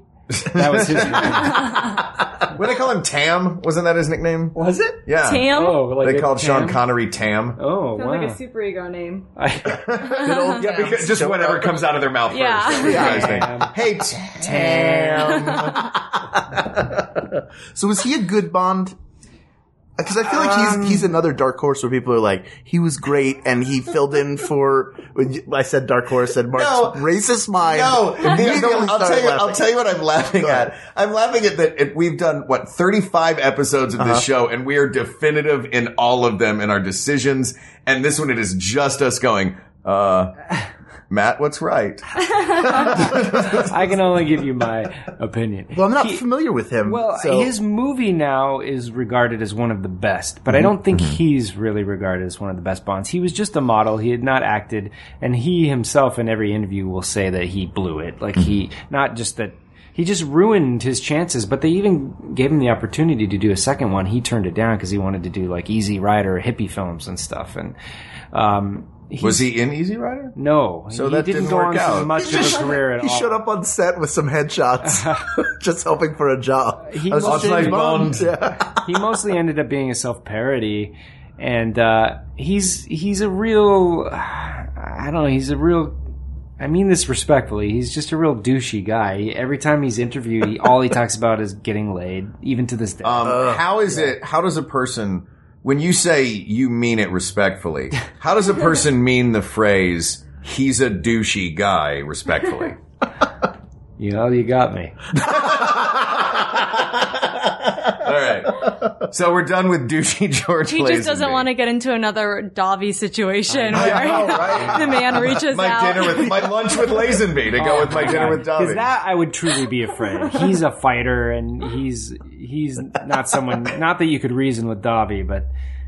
That was his. what do they call him? Tam? Wasn't that his nickname? Was it? Yeah. Tam? Oh, like they a called Sean Tam? Connery Tam. Oh, Sounds like a superego name. Oh, yeah, because just whatever comes out of their mouth Yeah. first. That's what you guys think. Hey, Tam. So was he a good Bond? Because I feel like Um, he's he's another dark horse where people are like he was great and he filled in for. when you- I said dark horse and Mark's No. racist mind. No, no, immediately I'll started tell you. I'll laughing. tell you what I'm laughing Go ahead. at. I'm laughing at that it, we've done what 35 episodes of Uh-huh. this show, and we are definitive in all of them in our decisions. And this one, it is just us going, uh, Matt, what's right? I can only give you my opinion. Well, I'm not familiar with him. Well, so- his movie now is regarded as one of the best, but I don't think he's really regarded as one of the best Bonds. He was just a model; he had not acted, and he himself, in every interview, will say that he blew it. Like he, not just that he just ruined his chances. But they even gave him the opportunity to do a second one. He turned it down because he wanted to do like Easy Rider, hippie films, and stuff. And um, Was he's- he in Easy Rider? No, So he that didn't, didn't go work on to out. much of a career at he all. showed up on set with some headshots, just hoping for a job. He I was must just have James Bond. been- Yeah. he mostly ended up being a self parody, and uh, he's he's a real I don't know he's a real I mean this respectfully he's just a real douchey guy. He- every time he's interviewed, he, all he talks about is getting laid, even to this day. Um, how is it? How does a person, when you say you mean it respectfully, how does a person mean the phrase "he's a douchey guy" respectfully? you know, you got me. All right, so we're done with douchey George. He just doesn't Lazenby. want to get into another Dobby situation I where know, right? the man reaches my out. dinner with my lunch with Lazenby to go with my dinner with Dobby. Because that I would truly be afraid. He's a fighter, and he's he's not someone. Not that you could reason with Dobby, but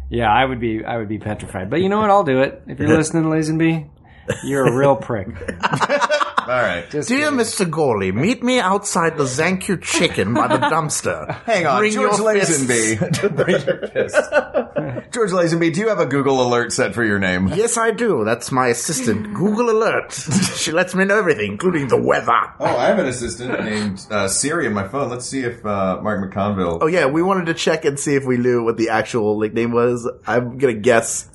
yeah, I would be I would be petrified. But you know what? I'll do it. If you're listening, Lazenby, you're a real prick. All right, Dear Mr. Gawley, meet me outside the Zanku Chicken by the dumpster. hang on, Bring George your fists. Lazenby. Bring your fist. George Lazenby, do you have a Google alert set for your name? Yes, I do. That's my assistant, Google Alert. she lets me know everything, including the weather. Oh, I have an assistant named uh, Siri in my phone. Let's see if uh, Mark McConville. Oh yeah, we wanted to check and see if we knew what the actual nickname was. I'm gonna guess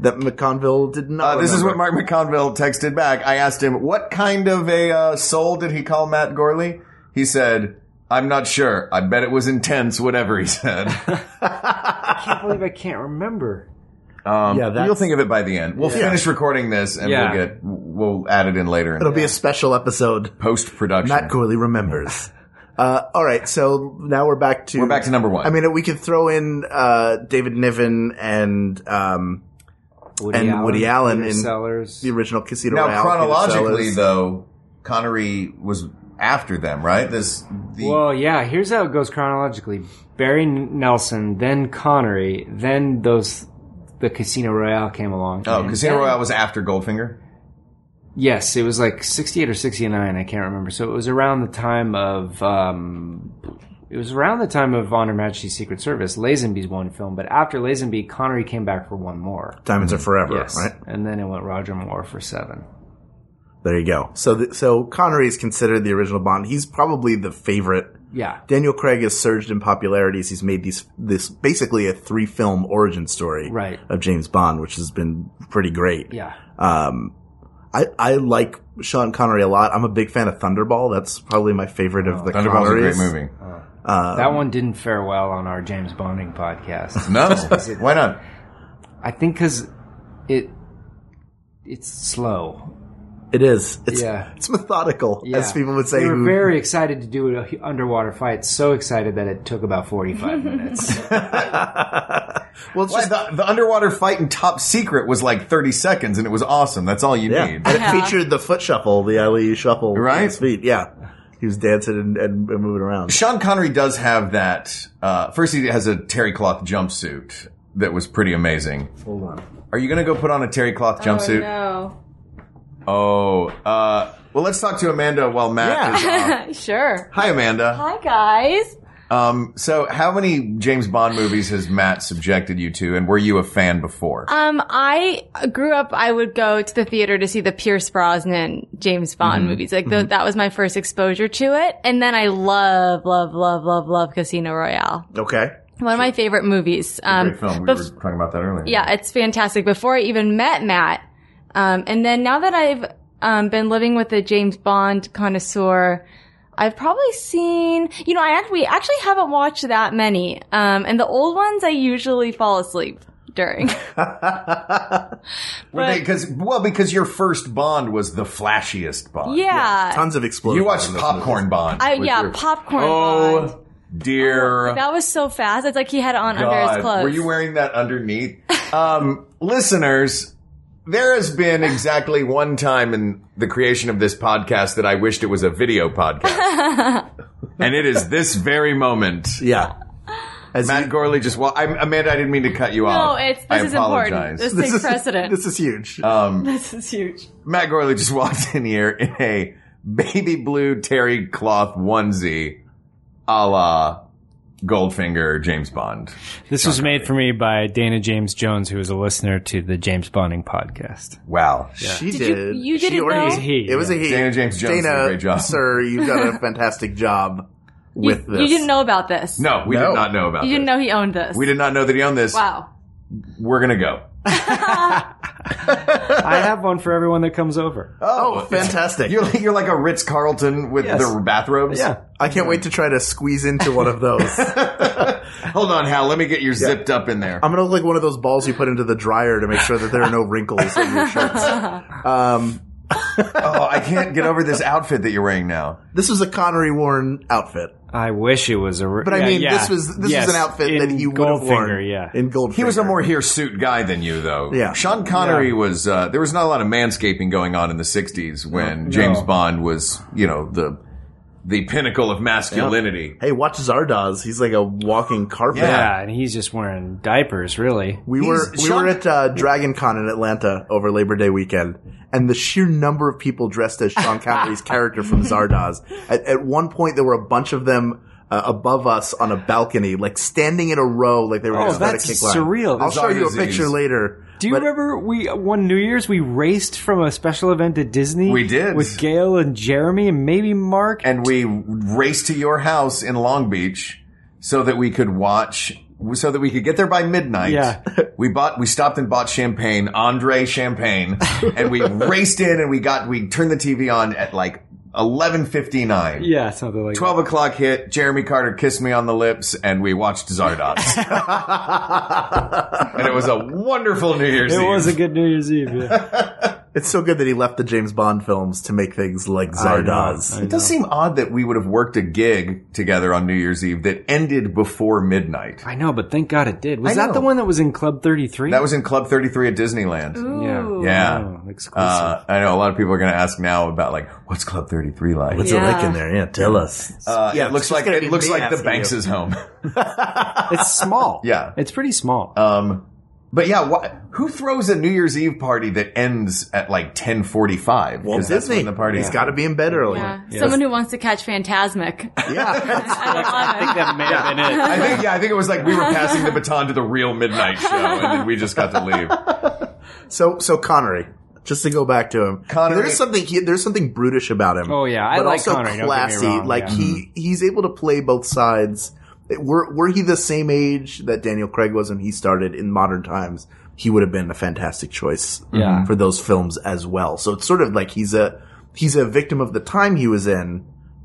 that McConville did Uh, not. this is what remember. Mark McConville texted back. I asked him, what kind of a uh, soul did he call Matt Gorley? He said, I'm not sure. I bet it was intense, whatever he said. I can't believe I can't remember. Um, Yeah, that's- you'll think of it by the end. We'll Yeah. finish recording this and Yeah. we'll get, we'll add it in later in It'll be a special episode. post production. Matt Corley remembers. Uh, all right, so now we're back to We're back to number one. I mean, we could throw in uh, David Niven and um, Woody And Woody Allen Peter in- Sellers. the original Casino now Royale. chronologically Peter Sellers. though, Connery was after them, right? This, the, Well, yeah. Here's how it goes chronologically: Barry Nelson, then Connery, then those. The Casino Royale came along. oh, And- Casino Royale was after Goldfinger. Yes, it was like 68 or 69, I can't remember. So it was around the time of um it was around the time of Honor Majesty's Secret Service, Lazenby's one film, but after Lazenby, Connery came back for one more. Diamonds Are Forever, Yes. right? And then it went Roger Moore for seven. There you go. So, th- so Connery is considered the original Bond. He's probably the favorite. Yeah. Daniel Craig has surged in popularity as he's made these this basically a three film origin story Right. of James Bond, which has been pretty great. Yeah. Um, I I like Sean Connery a lot. I'm a big fan of Thunderball. That's probably my favorite of the Oh, Thunderball's a great Connerys. movie. Uh, that one didn't fare well on our James Bonding podcast. No? Why not? I think because it it's slow. It is. It's, Yeah. it's methodical, as people would say. we were who- very excited to do a h- underwater fight. So excited that it took about forty-five minutes. Well, the, the underwater fight in Top Secret was like 30 seconds, and it was awesome. That's all you yeah. need. And it Uh-huh. featured the foot shuffle, the Ali shuffle. with Right? His feet. Yeah. He was dancing and, and, and moving around. Sean Connery does have that. Uh, first, he has a terry cloth jumpsuit that was pretty amazing. Hold on. Are you going to go put on a terry cloth jumpsuit? Oh, Oh, uh, well, let's talk to Amanda while Matt is off. no. sure. Hi, Amanda. Hi, guys. Um, so, how many James Bond movies has Matt subjected you to, and were you a fan before? Um, I grew up. I would go to the theater to see the Pierce Brosnan James Bond Mhm. movies. Like tho- Mhm. that was my first exposure to it, and then I love, love, love, love, love Casino Royale. Okay. One of my favorite movies. Um, Great film. We bef- were talking about that earlier. yeah, it's fantastic. Before I even met Matt, um, and then now that I've um, been living with a James Bond connoisseur, I've probably seen. You know, I act- we actually haven't watched that many, um, and the old ones I usually fall asleep during. Were they, cause, well, because your first Bond was the flashiest Bond. Yeah. Yeah, tons of explosions. You watched Popcorn Bond. I- with yeah, your- Popcorn Oh, oh, dear. That was so fast. It's like he had it on under his God. clothes. Were you wearing that underneath? Um, listeners, there has been exactly one time in the creation of this podcast that I wished it was a video podcast. and it is this very moment. Yeah. Matt Gorley just well, I'm, Amanda. I didn't mean to cut you off. it's- Oh, I this is important. apologize. This This takes is- precedent. this is huge. Uh, Um, this is huge. Matt Gorley just walked in here in a baby blue terry cloth onesie, a la Goldfinger James Bond. This was made for me by Dana James Jones, who is a listener to the James Bonding podcast. Wow, She Did did. you- you She didn't or know? he. It was It was a he, a yeah. he. Dana James Jones did a Dana, great job. sir, you've done a fantastic job with this. You didn't know about this. No, we did not know about you didn't this. know he owned this. We did not know that he owned this. Wow. We're gonna go. I have one for everyone that comes over. Oh, fantastic! You're like, you're like a Ritz Carlton with Yes. the bathrobes. Yeah. I can't wait to try to squeeze into one of those. Hold on, Hal. Let me get you zipped up in there. I'm gonna look like one of those balls you put into the dryer to make sure that there are no wrinkles on your shirts. Um, oh, I can't get over this outfit that you're wearing now. This was a Connery worn outfit, I wish it was a. but I mean, this was this was an outfit that he would have worn in Goldfinger. He was a more hirsute guy than you, though. Yeah. Sean Connery was. Uh, there was not a lot of manscaping going on in the '60s when No. James No. Bond was, you know, the the pinnacle of masculinity. Hey, watch Zardoz. He's like a walking carpet. Yeah. and he's just wearing diapers, really. We were we were at uh, Dragon Con in Atlanta over Labor Day weekend, and the sheer number of people dressed as Sean Connery's character from Zardoz. At, at one point, there were a bunch of them uh, above us on a balcony, like standing in a row, like they were Oh, just about that's to kick surreal. Line. I'll Zardoz show you a is- picture later. Do you remember we one New Year's we raced from a special event at Disney? We did. with Gail and Jeremy and maybe Mark. And we raced to your house in Long Beach so that we could watch. So that we could get there by midnight. Yeah. We bought, we stopped and bought champagne, Andre champagne, and we raced in and we got, we turned the TV on at like 11.59. Yeah, something like 12 o'clock hit, Jeremy Carter kissed me on the lips, and we watched Zardoz. and it was a wonderful New Year's Eve. a good New Year's Eve. it's so good that he left the James Bond films to make things like I know, Zardoz. It does seem odd that we would have worked a gig together on New Year's Eve that ended before midnight. I know, but thank God it did. Was I that know. the one that was in Club Thirty Three? That was in Club 33 at Disneyland. yeah, Yeah. Oh, Wow, exclusive. Uh, I know a lot of people are going to ask now about like what's Club 33 like? What's it like in there? Yeah, tell us. Uh, Yeah, it looks it's like gonna it be looks me like the asking Banks' you. home. it's small. Yeah, it's pretty small. Um, but yeah, wh- who throws a New Year's Eve party that ends at like ten forty five? Walt Disney. the party. He's got to be in bed early. Yeah. Someone who wants to catch Phantasmic. I think that may have been it. I think yeah, I think it was like we were passing the baton to the real midnight show, and then we just got to leave. So so Connery, just to go back to him. Connery- there's something he, there's somethething brutish about him. Oh, yeah, I but like also Connery, don't get me classy. wrong, like yeah. he he's able to play both sides. Were were he the same age that Daniel Craig was when he started in modern times, he would have been a fantastic choice Yeah. for those films as well. So it's sort of like he's a he's a victim of the time he was in,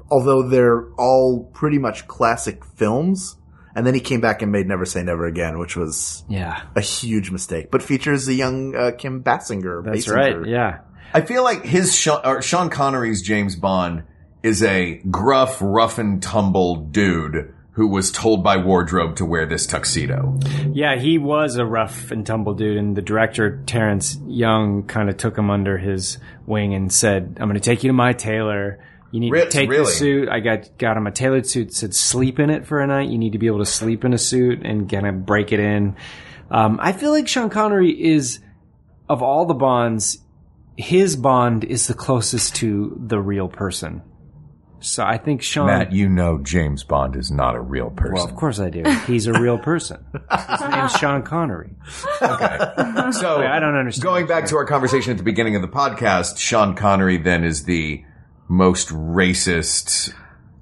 although they're all pretty much classic films. And then he came back and made Never Say Never Again, which was yeah a huge mistake, but features a young uh, Kim Basinger. That's Basinger. right. Yeah. I feel like his Sean, or Sean Connery's James Bond is a gruff, rough and tumble dude who was told by wardrobe to wear this tuxedo. Yeah, he was a rough and tumble dude, and the director Terrence Young kind of took him under his wing and said, "I'm going to take you to my tailor. You need Re- to take really? the suit. I got got him a tailored suit. Said sleep in it for a night. You need to be able to sleep in a suit and kind of break it in." Um, I feel like Sean Connery is of all the Bonds, his Bond is the closest to the real person. So I think Sean. Matt, you know James Bond is not a real person. Um, well, of course I do. He's a real person. His name's Sean Connery. So I don't understand. Going back to our conversation at the beginning of the podcast, Sean Connery then is the most racist,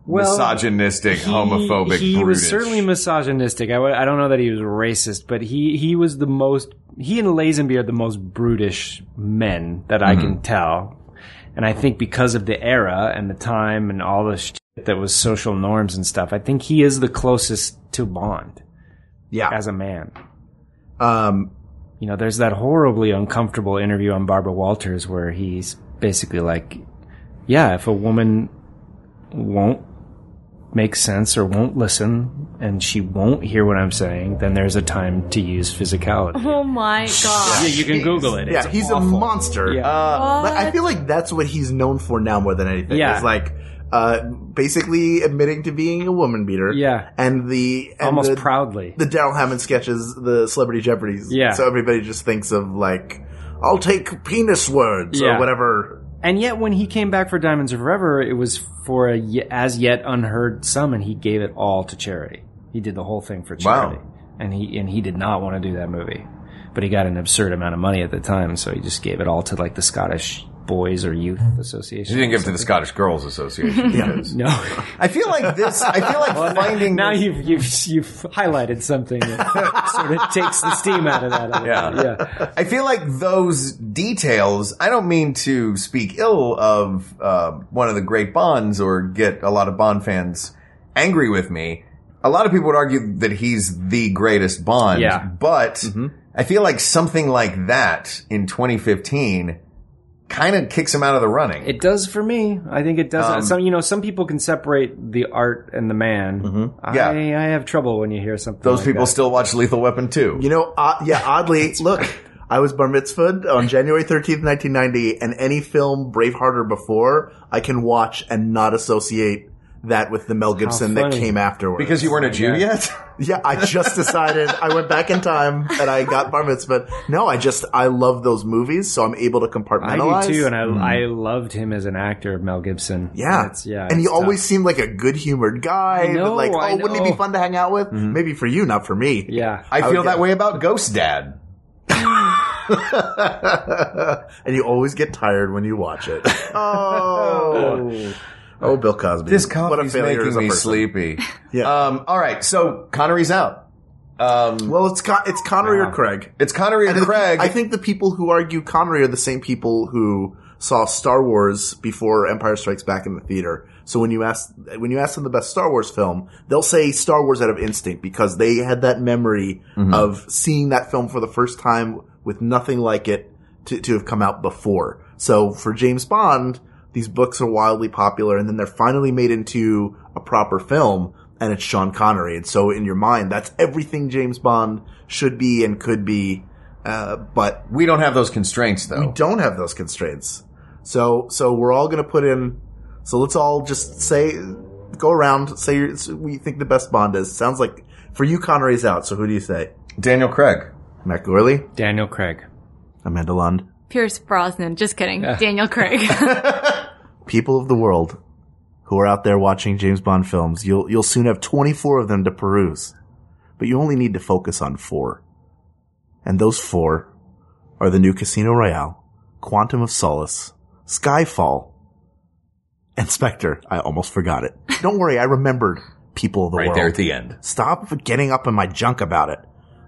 Well, misogynistic, homophobic. He was brutish- certainly misogynistic. I, w- I don't know that he was racist, but he, he was the most. He and Lazenby are the most brutish men that I Mm-hmm. can tell, and I think because of the era and the time and all the shit that was social norms and stuff, I think he is the closest to Bond. Yeah, as a man. Um, you know, there's that horribly uncomfortable interview on Barbara Walters where he's basically like, "Yeah, if a woman won't make sense or won't listen and she won't hear what I'm saying, then there's a time to use physicality." Oh my Yeah, god. Oh. you can Google it. Yeah, It's he's a monster. Yeah. Uh, but I feel like that's what he's known for now more than anything. Yeah. It's like uh, basically admitting to being a woman beater. Yeah. And the and almost the, proudly. the Daryl Hammond sketches, the Celebrity Jeopardy's. Yeah. So everybody just thinks of like, I'll take penis words Yeah. or whatever. And yet, when he came back for Diamonds Are Forever, it was for a y- as yet unheard sum, and he gave it all to charity. He did the whole thing for charity, and he and he did not want to do that movie, but he got an absurd amount of money at the time, so he just gave it all to like the Scottish Boys or Youth She Association. Mm-hmm. didn't give it to the Scottish Girls Association. because- No, I feel like this. I feel like finding now this- you've you've you've highlighted something that sort of takes the steam out of that. a little bit. yeah. I feel like those details. I don't mean to speak ill of uh, one of the great Bonds or get a lot of Bond fans angry with me. A lot of people would argue that he's the greatest Bond. Yeah. Mm-hmm. But I feel like something like that in 2015 kind of kicks him out of the running. It does for me. I think it does. Um, some you know, some people can separate the art and the man. I, Yeah. I have trouble when you hear something. those like people that. still watch Lethal Weapon 2. You know, uh, yeah, oddly, look, I was bar mitzvahed on January 13th, 1990, and any film Braveheart or before, I can watch and not associate that with the Mel Gibson that funny. came afterwards. because you weren't a Jew yet? Yeah, I just decided I went back in time and I got bar mitzvah. No, I just I love those movies, so I'm able to I compartmentalize. do too, and I I loved him as an actor, Mel Gibson. yeah, That's- yeah, and he it's tough. always seemed like a good humored guy. I know, like, oh, I wouldn't he be know. Mm-hmm. fun to hang out with? Maybe for you, not for me. yeah. I would feel that get- way about Ghost Dad. and you always get tired when you watch it. Oh, oh, Bill Cosby. This what a coffee's failure making as a me person. sleepy. Yeah. Um, all right. So Connery's out. Um, Well, it's Con- it's Connery or Craig. it's Connery and And the- Craig. I think the people who argue Connery are the same people who saw Star Wars before Empire Strikes Back in the theater. So when you ask when you ask them the best Star Wars film, they'll say Star Wars out of instinct because they had that memory Mm-hmm. of seeing that film for the first time with nothing like it to, to have come out before. So for James Bond, these books are wildly popular and then they're finally made into a proper film and it's Sean Connery. And so in your mind, that's everything James Bond should be and could be. Uh, but we don't have those constraints though. we don't have those constraints. So, so we're all going to put in, so let's all just say, go around, say your, so we think the best Bond is. Sounds like for you, Connery's out. So who do you say? Daniel Craig. Matt Gorley? Daniel Craig. Amanda Lund? Pierce Brosnan. Just kidding. Daniel Craig. people of the world who are out there watching James Bond films, you'll you'll soon have 24 of them to peruse. But you only need to focus on 4. And those 4 are the new Casino Royale, Quantum of Solace, Skyfall, and Spectre. I almost forgot it. Don't worry, I remembered People of the Right World. there at the end. Stop getting up in my junk about it.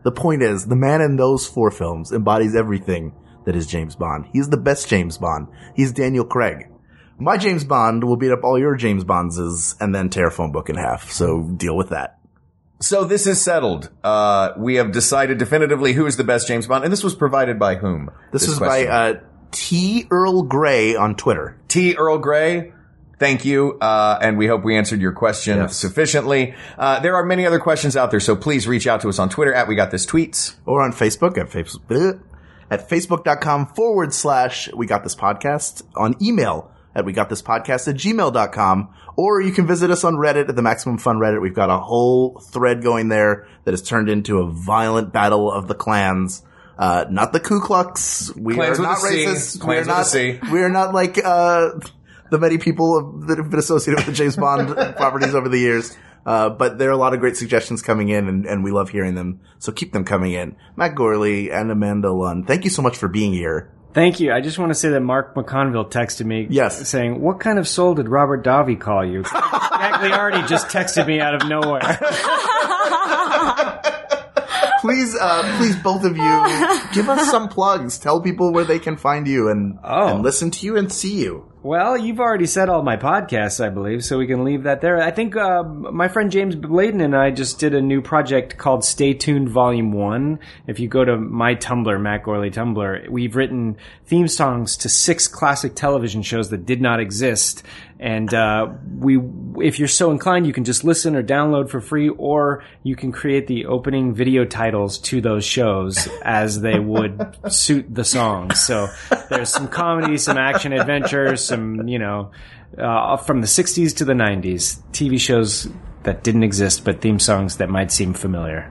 The point is, the man in those four films embodies everything that is James Bond. He's the best James Bond. He's Daniel Craig. My James Bond will beat up all your James Bondses and then tear a phone book in half. So deal with that. So this is settled. Uh, we have decided definitively who is the best James Bond, and this was provided by whom? This was by, uh, T. Earl Grey on Twitter. T. Earl Grey. Thank you, uh, and we hope we answered your question sufficiently. Uh, there are many other questions out there, so please reach out to us on Twitter at We Got This Tweets or on Facebook at Facebook at facebook.com forward slash we got this podcast on email at we got this podcast at gmail.com or you can visit us on reddit at the maximum fun reddit we've got a whole thread going there that has turned into a violent battle of the clans uh, not the ku klux we Clans are with not a C. racist we Clans are with a not C. we are not like uh, the many people of- that have been associated with the James Bond properties over the years. Uh, but there are a lot of great suggestions coming in, and, and we love hearing them. So keep them coming in. Matt Gorley and Amanda Lund, thank you so much for being here. Thank you. I just want to say that Mark McConville texted me yes. saying, What kind of soul did Robert Davi call you? Jack Liardi just texted me out of nowhere. Please, uh, please, both of you, give us some plugs. Tell people where they can find you and, and listen to you and see you. Well, you've already said all my podcasts, I believe, so we can leave that there. I think uh, my friend James Bladen and I just did a new project called Stay Tuned Volume 1. If you go to my Tumblr, Matt Gorley Tumblr, we've written theme songs to six classic television shows that did not exist. And uh, we, if you're so inclined, you can just listen or download for free, or you can create the opening video titles to those shows as they would suit the songs. So there's some comedy, some action adventure, some you know, uh, from the '60s to the '90s, TV shows that didn't exist but theme songs that might seem familiar.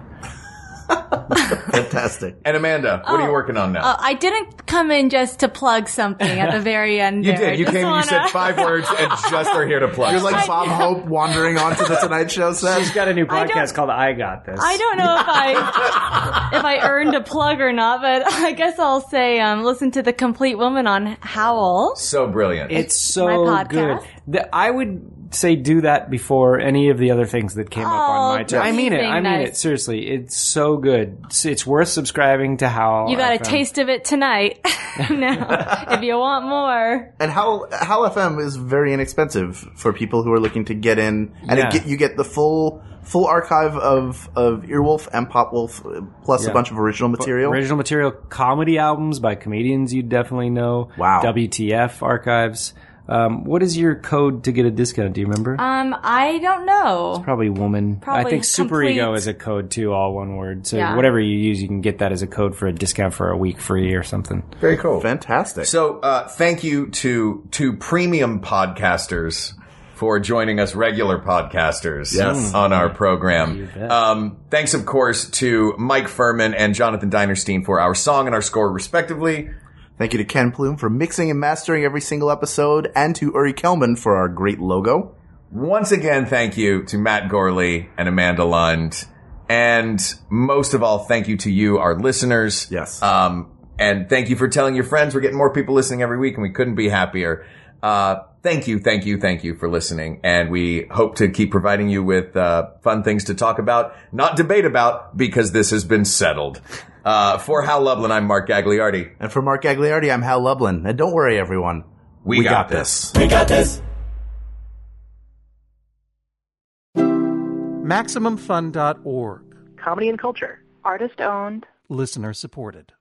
Fantastic. And Amanda, what are you working on now? Uh, I didn't come in just to plug something at the very end. you there. I did. You just came. and You said wanna- five words, and just are here to plug. You're like Bob Hope wandering onto the Tonight Show set. She's got a new podcast called "I Got This." I don't know if I if I earned a plug or not, but I guess I'll say um, listen to the Complete Woman on Howl. So brilliant. It's so My podcast. good. Th- I would say do that before any of the other things that came up on Oh, my channel. I mean it. I mean nice. it. Seriously, it's so good. It's, it's worth subscribing to Oh, Howl. you got a FM. taste of it tonight. now, if you want more, And how how FM is very inexpensive for people who are looking to get in, and Yeah. it get, you get the full full archive of of Earwolf and Popwolf, uh, plus Yeah. a bunch of original material. Original material, comedy albums by comedians you definitely know. Wow. WTF archives. Um, what is your code to get a discount? Do you remember? um, I don't know. Probably woman. I Probably think superego complete. is a code too, all one word. So Yeah. whatever you use, you can get that as a code for a discount for a week free or something. Very cool. Fantastic. So, uh, thank you to to premium podcasters for joining us, regular podcasters, Yes. on our program. Um, thanks, of course, to Mike Furman and Jonathan Dinerstein for our song and our score, respectively. Thank you to Ken Plume for mixing and mastering every single episode, and to Uri Kelman for our great logo. Once again, thank you to Matt Gorley and Amanda Lund. And most of all, thank you to you, our listeners. Yes. Um, and thank you for telling your friends. We're getting more people listening every week and we couldn't be happier. Uh, thank you, thank you, thank you for listening. And we hope to keep providing you with, uh, fun things to talk about, not debate about, because this has been settled. Uh, for Hal Lublin, I'm Mark Gagliardi. And for Mark Gagliardi, I'm Hal Lublin. And don't worry, everyone, We got this. We got this. MaximumFun.org. Comedy and culture. Artist owned. Listener supported.